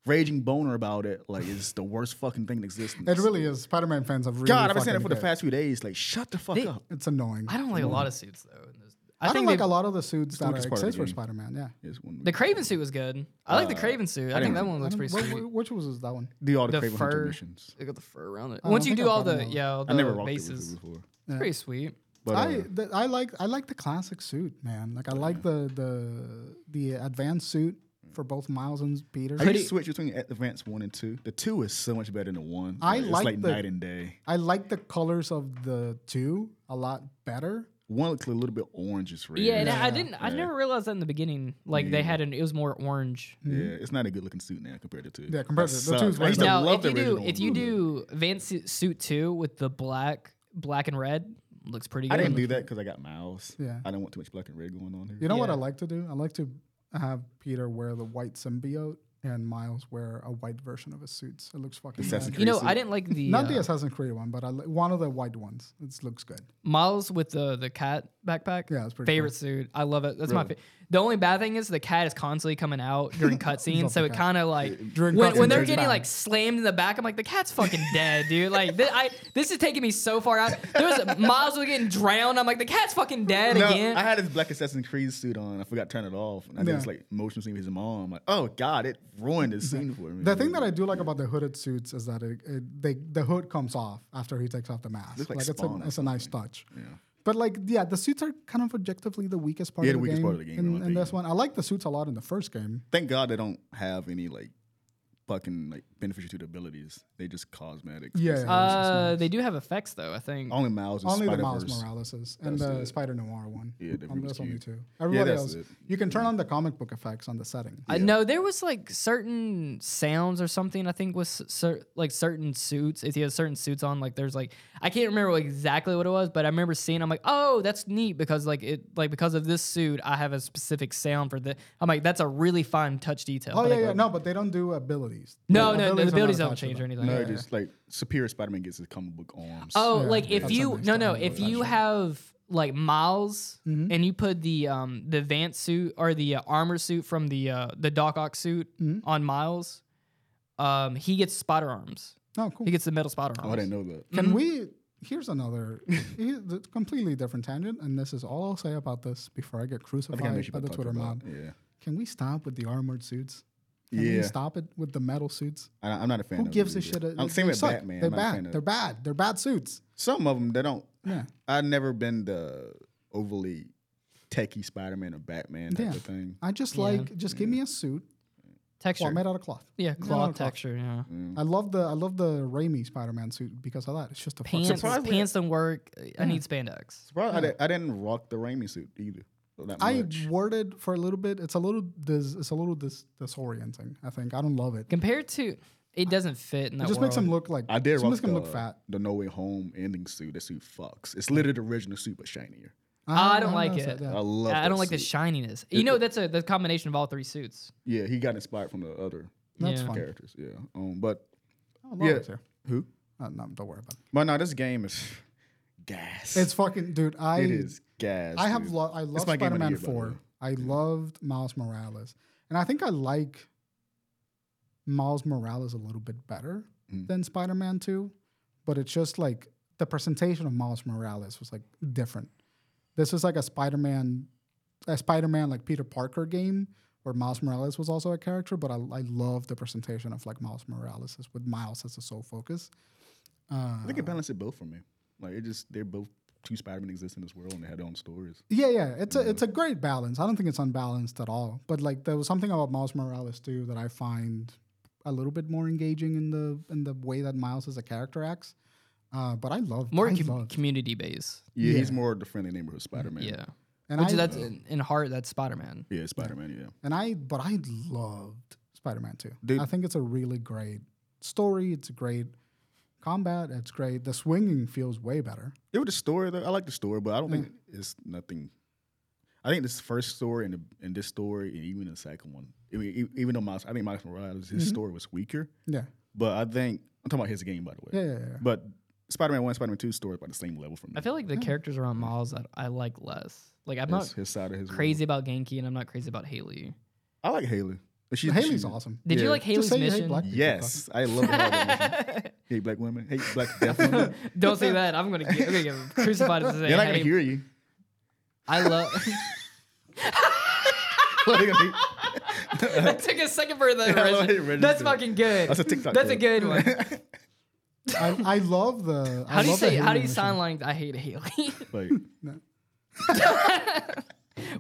[SPEAKER 3] raging boner about it. Like, it's the worst fucking thing in existence.
[SPEAKER 2] It really is. Spider-Man fans have really.
[SPEAKER 3] God, I've been saying it
[SPEAKER 2] fucking
[SPEAKER 3] for the
[SPEAKER 2] hate
[SPEAKER 3] past few days. Like, shut the fuck
[SPEAKER 1] They-
[SPEAKER 3] up.
[SPEAKER 2] It's annoying.
[SPEAKER 1] I don't like a lot of suits though. in this- I,
[SPEAKER 2] I,
[SPEAKER 1] think
[SPEAKER 2] don't like
[SPEAKER 1] they-
[SPEAKER 2] a lot of the suits that are
[SPEAKER 3] Lucas part of the
[SPEAKER 2] exist for
[SPEAKER 3] game.
[SPEAKER 2] Spider-Man. Yeah.
[SPEAKER 3] It's one-
[SPEAKER 1] the Craven suit was good. I like the Craven suit. I, think
[SPEAKER 3] Uh, didn't-
[SPEAKER 1] that one looks
[SPEAKER 2] I
[SPEAKER 1] pretty
[SPEAKER 2] don't- wh-
[SPEAKER 1] sweet.
[SPEAKER 2] wh- Which was that one?
[SPEAKER 3] do all the,
[SPEAKER 1] The
[SPEAKER 3] Craven Hunter
[SPEAKER 1] fur.
[SPEAKER 3] missions.
[SPEAKER 1] They got the fur around
[SPEAKER 3] Uh,
[SPEAKER 1] it.
[SPEAKER 2] I
[SPEAKER 1] Once
[SPEAKER 2] don't
[SPEAKER 1] you
[SPEAKER 2] think
[SPEAKER 1] do
[SPEAKER 2] I've
[SPEAKER 1] all
[SPEAKER 2] gotten
[SPEAKER 1] the
[SPEAKER 2] that
[SPEAKER 1] yeah, all
[SPEAKER 3] I never
[SPEAKER 1] the
[SPEAKER 3] rocked it with
[SPEAKER 1] bases,
[SPEAKER 3] it before.
[SPEAKER 1] it's pretty sweet.
[SPEAKER 3] But, uh,
[SPEAKER 2] I th- I like I like the classic suit, man. Like I like the the the advanced suit for both Miles and Peter.
[SPEAKER 3] I
[SPEAKER 1] Pretty-
[SPEAKER 3] used to switch between Advance One and Two. The two is so much better than the one.
[SPEAKER 2] I
[SPEAKER 3] it's
[SPEAKER 2] like
[SPEAKER 3] like,
[SPEAKER 2] the-
[SPEAKER 3] night and day.
[SPEAKER 2] I like the colors of the two a lot better.
[SPEAKER 3] One looks a little bit orangish red.
[SPEAKER 1] Yeah, and I- I
[SPEAKER 2] Yeah.
[SPEAKER 1] didn't. I never realized that in the beginning. Like they had an, it was more orange.
[SPEAKER 3] Yeah, it's not a good looking suit now compared to two.
[SPEAKER 2] Mm-hmm. Yeah, compared
[SPEAKER 3] That
[SPEAKER 2] to- the two's
[SPEAKER 3] sucks.
[SPEAKER 2] way
[SPEAKER 3] I used to
[SPEAKER 1] Now,
[SPEAKER 3] love
[SPEAKER 1] if
[SPEAKER 3] the
[SPEAKER 1] you do,
[SPEAKER 3] original
[SPEAKER 1] if you
[SPEAKER 3] blue.
[SPEAKER 1] do Vance Su- suit two with the black, black and red, looks pretty good.
[SPEAKER 3] I didn't do that because I got Miles.
[SPEAKER 2] Yeah.
[SPEAKER 3] I don't want too much black and red going on here.
[SPEAKER 2] You know what I
[SPEAKER 1] Yeah.
[SPEAKER 2] like to do? I like to have Peter wear the white symbiote and Miles wear a white version of his suits. It looks fucking
[SPEAKER 3] Assassin's
[SPEAKER 2] bad.
[SPEAKER 1] You know,
[SPEAKER 3] Crazy.
[SPEAKER 1] I didn't like the
[SPEAKER 2] Not the
[SPEAKER 1] uh,
[SPEAKER 2] Assassin's Creed one, but I li- one of the white ones. It looks good.
[SPEAKER 1] Miles with the the cat backpack.
[SPEAKER 2] Yeah, it's pretty.
[SPEAKER 1] favorite suit. I love it. That's my favorite. The only bad thing is the cat is constantly coming out during cutscenes, so it kind of like
[SPEAKER 2] During
[SPEAKER 1] when, when
[SPEAKER 2] cutscenes,
[SPEAKER 1] they're
[SPEAKER 2] it's
[SPEAKER 1] getting
[SPEAKER 2] bad.
[SPEAKER 1] like slammed in the back, I'm like the cat's fucking dead, dude. Like this, I this is taking me so far out. There was Miles was getting drowned. I'm like the cat's fucking dead
[SPEAKER 3] No,
[SPEAKER 1] again.
[SPEAKER 3] I had this black Assassin's Creed suit on. I forgot to turn it off. And I did
[SPEAKER 2] Yeah.
[SPEAKER 3] this like motion scene with his mom. like, oh God, it ruined the scene for me.
[SPEAKER 2] The thing that I do like about the hooded suits is that it, it, they, the hood comes off after he takes off the mask.
[SPEAKER 3] Looks like
[SPEAKER 2] it's
[SPEAKER 3] Spawn
[SPEAKER 2] a,
[SPEAKER 3] or
[SPEAKER 2] it's a nice touch. But like, yeah, the suits are kind of objectively the weakest part,
[SPEAKER 3] Yeah,
[SPEAKER 2] of,
[SPEAKER 3] the
[SPEAKER 2] the
[SPEAKER 3] weakest
[SPEAKER 2] game
[SPEAKER 3] part of the game, I
[SPEAKER 2] In,
[SPEAKER 3] don't
[SPEAKER 2] in this
[SPEAKER 3] think.
[SPEAKER 2] one, I like the suits a lot in the first game.
[SPEAKER 3] thank God they don't have any like fucking like beneficial to the abilities. They just cosmetics.
[SPEAKER 2] Yeah.
[SPEAKER 3] basically.
[SPEAKER 1] uh, they do. have effects though. I think.
[SPEAKER 3] only Miles and
[SPEAKER 2] Only the
[SPEAKER 3] Spider
[SPEAKER 2] Miles
[SPEAKER 3] Verse.
[SPEAKER 2] Moraleses and the Spider Noir one.
[SPEAKER 3] Yeah, that
[SPEAKER 2] um,
[SPEAKER 3] was
[SPEAKER 2] that's only
[SPEAKER 3] cute.
[SPEAKER 2] two. Everybody
[SPEAKER 3] that's
[SPEAKER 2] else,
[SPEAKER 3] it.
[SPEAKER 2] you can turn on the comic book effects on the setting.
[SPEAKER 1] I know there was like certain sounds or something. I think was cer- like certain suits. If you had certain suits on, like there's like I can't remember exactly what it was, but I remember seeing. I'm like, oh, that's neat because like it like because of this suit, I have a specific sound for the. I'm like, that's a really fine touch detail.
[SPEAKER 2] Oh
[SPEAKER 1] But,
[SPEAKER 2] yeah,
[SPEAKER 1] like,
[SPEAKER 2] yeah. No, but they don't do abilities.
[SPEAKER 1] no,
[SPEAKER 2] Like,
[SPEAKER 1] no, the
[SPEAKER 2] are not
[SPEAKER 1] abilities don't
[SPEAKER 2] attached to
[SPEAKER 1] change or
[SPEAKER 2] them.
[SPEAKER 1] anything.
[SPEAKER 3] No,
[SPEAKER 1] Yeah.
[SPEAKER 3] just like Superior Spider-Man gets his comic book arms.
[SPEAKER 1] Oh,
[SPEAKER 2] Yeah,
[SPEAKER 1] like if
[SPEAKER 2] that's
[SPEAKER 1] you no
[SPEAKER 2] understandable.
[SPEAKER 1] no if you have like Miles
[SPEAKER 2] Mm-hmm.
[SPEAKER 1] and you put the um the Vance suit or the uh, armor suit from the uh, the Doc Ock suit
[SPEAKER 2] Mm-hmm.
[SPEAKER 1] on Miles, um he gets spider arms.
[SPEAKER 2] Oh, cool.
[SPEAKER 1] He gets the metal spider
[SPEAKER 3] Oh, I
[SPEAKER 1] arms.
[SPEAKER 3] didn't know that.
[SPEAKER 1] Mm-hmm.
[SPEAKER 2] Can we? Here's another here's a completely different tangent, and this is all I'll say about this before I get
[SPEAKER 3] I think I know
[SPEAKER 2] crucified
[SPEAKER 3] you
[SPEAKER 2] by the
[SPEAKER 3] about
[SPEAKER 2] Twitter
[SPEAKER 3] talking about.
[SPEAKER 2] mob.
[SPEAKER 3] it. Yeah.
[SPEAKER 2] Can we stop with the armored suits? Can we
[SPEAKER 3] Yeah.
[SPEAKER 2] stop it with the metal suits?
[SPEAKER 3] I, I'm not a fan.
[SPEAKER 2] Who
[SPEAKER 3] of
[SPEAKER 2] gives
[SPEAKER 3] them
[SPEAKER 2] a
[SPEAKER 3] either.
[SPEAKER 2] shit? Uh,
[SPEAKER 3] I'm same
[SPEAKER 2] they
[SPEAKER 3] with
[SPEAKER 2] suck.
[SPEAKER 3] Batman.
[SPEAKER 2] They're
[SPEAKER 3] I'm not a fan
[SPEAKER 2] bad.
[SPEAKER 3] of-
[SPEAKER 2] They're bad. They're bad suits.
[SPEAKER 3] Some of them they don't.
[SPEAKER 2] Yeah.
[SPEAKER 3] I've never been the overly techie Spider-Man or Batman type
[SPEAKER 2] Yeah.
[SPEAKER 3] of thing.
[SPEAKER 2] I just
[SPEAKER 1] Yeah.
[SPEAKER 2] like just give me a suit.
[SPEAKER 1] Texture.
[SPEAKER 2] Well, made out of cloth.
[SPEAKER 1] yeah,
[SPEAKER 2] Made out
[SPEAKER 1] cloth
[SPEAKER 2] of Oh, cloth.
[SPEAKER 1] texture.
[SPEAKER 3] Mm.
[SPEAKER 1] Yeah.
[SPEAKER 2] I love the I love the Raimi Spider-Man suit because of that. It's just a fucking
[SPEAKER 1] Pants.
[SPEAKER 2] suit.
[SPEAKER 3] Surprisingly-
[SPEAKER 1] Pants don't work. I need spandex.
[SPEAKER 3] Surprised I, di- I didn't rock the Raimi suit either. so that
[SPEAKER 2] I
[SPEAKER 3] much.
[SPEAKER 2] wore it for a little bit. It's a little dis, it's a little dis, disorienting. I think I don't love it. It
[SPEAKER 1] Compared to, it doesn't fit in that
[SPEAKER 2] just
[SPEAKER 1] world.
[SPEAKER 2] makes him look like
[SPEAKER 3] I did
[SPEAKER 2] It
[SPEAKER 3] rock
[SPEAKER 2] makes
[SPEAKER 3] the,
[SPEAKER 2] him look fat.
[SPEAKER 3] the No Way Home ending suit. The suit fucks. It's literally the original suit, but shinier.
[SPEAKER 1] Ah, I don't like
[SPEAKER 2] noticed
[SPEAKER 1] it.
[SPEAKER 2] that, Uh-huh, yeah.
[SPEAKER 3] I love.
[SPEAKER 1] I
[SPEAKER 3] that
[SPEAKER 1] don't like the
[SPEAKER 3] suit.
[SPEAKER 1] shininess. You know, that's a the combination of all three suits.
[SPEAKER 3] yeah, he got inspired from the other
[SPEAKER 2] That's
[SPEAKER 1] Yeah.
[SPEAKER 2] fine.
[SPEAKER 3] characters. Yeah, um, but
[SPEAKER 2] I love
[SPEAKER 3] yeah,
[SPEAKER 2] it too.
[SPEAKER 3] who?
[SPEAKER 2] Uh, no, don't worry about it.
[SPEAKER 3] But no, this game is gas.
[SPEAKER 2] It's fucking dude. I
[SPEAKER 3] it is gas.
[SPEAKER 2] I have
[SPEAKER 3] dude.
[SPEAKER 2] lo- I love
[SPEAKER 3] my game of the
[SPEAKER 2] Spider-Man
[SPEAKER 3] year, by the
[SPEAKER 2] Four.
[SPEAKER 3] way.
[SPEAKER 2] I loved Miles Morales, and I think I like Miles Morales a little bit better
[SPEAKER 3] Mm.
[SPEAKER 2] than Spider-Man Two, but it's just like the presentation of Miles Morales was like different. This is like a Spider-Man, a Spider-Man like Peter Parker game where Miles Morales was also a character, but I, I love the presentation of like Miles Morales as- with Miles as the sole focus.
[SPEAKER 3] I think it balanced it both for me. Like it just they're both two Spider-Man exist in this world and they had their own stories.
[SPEAKER 2] Yeah, yeah, it's a
[SPEAKER 1] Mm.
[SPEAKER 2] it's a great balance. I don't think it's unbalanced at all. But like there was something about Miles Morales too that I find a little bit more engaging in the in the way that Miles as a character acts. Uh, but I love
[SPEAKER 1] More
[SPEAKER 2] I
[SPEAKER 1] com-
[SPEAKER 2] love-
[SPEAKER 1] community based.
[SPEAKER 3] Yeah, he's
[SPEAKER 2] Yeah.
[SPEAKER 3] more the friendly neighborhood Spider-Man.
[SPEAKER 1] Yeah.
[SPEAKER 2] and
[SPEAKER 1] Which
[SPEAKER 2] I
[SPEAKER 1] that's in, in heart, that's Spider Man.
[SPEAKER 3] yeah, Spider-Man. Yeah,
[SPEAKER 2] and I but I loved Spider Man too.
[SPEAKER 3] Dude.
[SPEAKER 2] I think it's a really great story. It's a great combat. It's great. The swinging feels way better.
[SPEAKER 3] it was the story. Though. I like the story, but I don't think it's nothing. I think this first story and the, and this story and even the second one. I mean, e- even though Miles, I think Miles Morales
[SPEAKER 2] Mm-hmm.
[SPEAKER 3] his story was weaker,
[SPEAKER 2] Yeah,
[SPEAKER 3] but I think I'm talking about his game by the way.
[SPEAKER 2] yeah, yeah. yeah.
[SPEAKER 3] But Spider-Man One, Spider-Man Two story about the same level for me.
[SPEAKER 1] I feel like the characters around Miles that I like less. Like I'm
[SPEAKER 3] his,
[SPEAKER 1] not
[SPEAKER 3] his side of his world.
[SPEAKER 1] crazy about Genki and I'm not crazy about Haley.
[SPEAKER 3] I like Haley. But She's
[SPEAKER 2] Haley's
[SPEAKER 3] she's-
[SPEAKER 2] awesome.
[SPEAKER 1] Did you
[SPEAKER 3] Yeah.
[SPEAKER 1] like
[SPEAKER 2] Just
[SPEAKER 1] Haley's
[SPEAKER 2] say you hate
[SPEAKER 1] mission?
[SPEAKER 2] black people,
[SPEAKER 3] Yes, I love Haley. hate black women. Hate black deaf women.
[SPEAKER 1] Don't say that. I'm gonna get, I'm gonna get crucified as
[SPEAKER 3] They're not gonna hear you.
[SPEAKER 1] I love.
[SPEAKER 3] They're gonna be-
[SPEAKER 1] that took a second for the
[SPEAKER 3] I love how you
[SPEAKER 1] origin. That's
[SPEAKER 3] registered.
[SPEAKER 1] fucking good.
[SPEAKER 3] That's a TikTok
[SPEAKER 1] That's a
[SPEAKER 3] clip.
[SPEAKER 1] good one.
[SPEAKER 2] I, I love the. I
[SPEAKER 1] How do you
[SPEAKER 2] love the
[SPEAKER 1] say? How
[SPEAKER 2] Haley
[SPEAKER 1] do you
[SPEAKER 2] mission.
[SPEAKER 1] sign line? I hate Haley.
[SPEAKER 3] Like,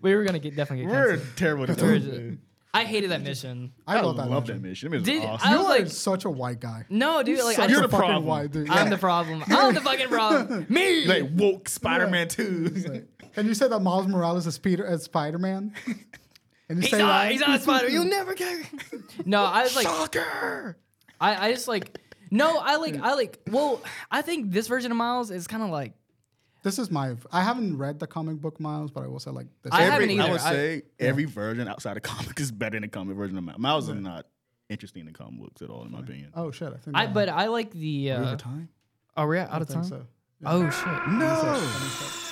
[SPEAKER 1] we were gonna get definitely get
[SPEAKER 3] we're
[SPEAKER 1] canceled.
[SPEAKER 3] terrible. at
[SPEAKER 1] We're
[SPEAKER 3] this.
[SPEAKER 1] just- I hated that mission.
[SPEAKER 3] I
[SPEAKER 2] I love that.
[SPEAKER 3] love
[SPEAKER 2] mission.
[SPEAKER 3] that mission. It was
[SPEAKER 1] Did-
[SPEAKER 3] awesome.
[SPEAKER 1] I
[SPEAKER 2] You
[SPEAKER 1] was
[SPEAKER 2] are
[SPEAKER 1] like-
[SPEAKER 2] such a white guy.
[SPEAKER 1] No, dude. Like I,
[SPEAKER 2] Such
[SPEAKER 3] You're
[SPEAKER 2] a
[SPEAKER 3] the
[SPEAKER 2] fucking
[SPEAKER 3] problem.
[SPEAKER 2] white dude.
[SPEAKER 1] I'm the problem. I'm the fucking problem. Me.
[SPEAKER 3] like woke Spider-Man Two.
[SPEAKER 2] Can you say that Miles Morales is Peter as Spider Man? And you
[SPEAKER 1] he's
[SPEAKER 2] say
[SPEAKER 1] not.
[SPEAKER 2] that?
[SPEAKER 1] He's not a spider. You'll never get. No, I was like.
[SPEAKER 3] Shocker.
[SPEAKER 1] I, I just like. No, I like. I like. Well, I think this version of Miles is kind of like.
[SPEAKER 2] This is my. I haven't read the comic book Miles, but I will say like this.
[SPEAKER 1] I haven't
[SPEAKER 3] Every, I,
[SPEAKER 1] either.
[SPEAKER 3] would
[SPEAKER 1] I-
[SPEAKER 3] say every version outside of comic is better than the comic version of Miles. Miles is not interesting in comic books at all, in my opinion.
[SPEAKER 2] oh shit! I think
[SPEAKER 1] I but I like the. Uh,
[SPEAKER 3] Over time?
[SPEAKER 1] are we out of time?
[SPEAKER 2] so.
[SPEAKER 1] Oh shit.
[SPEAKER 3] No.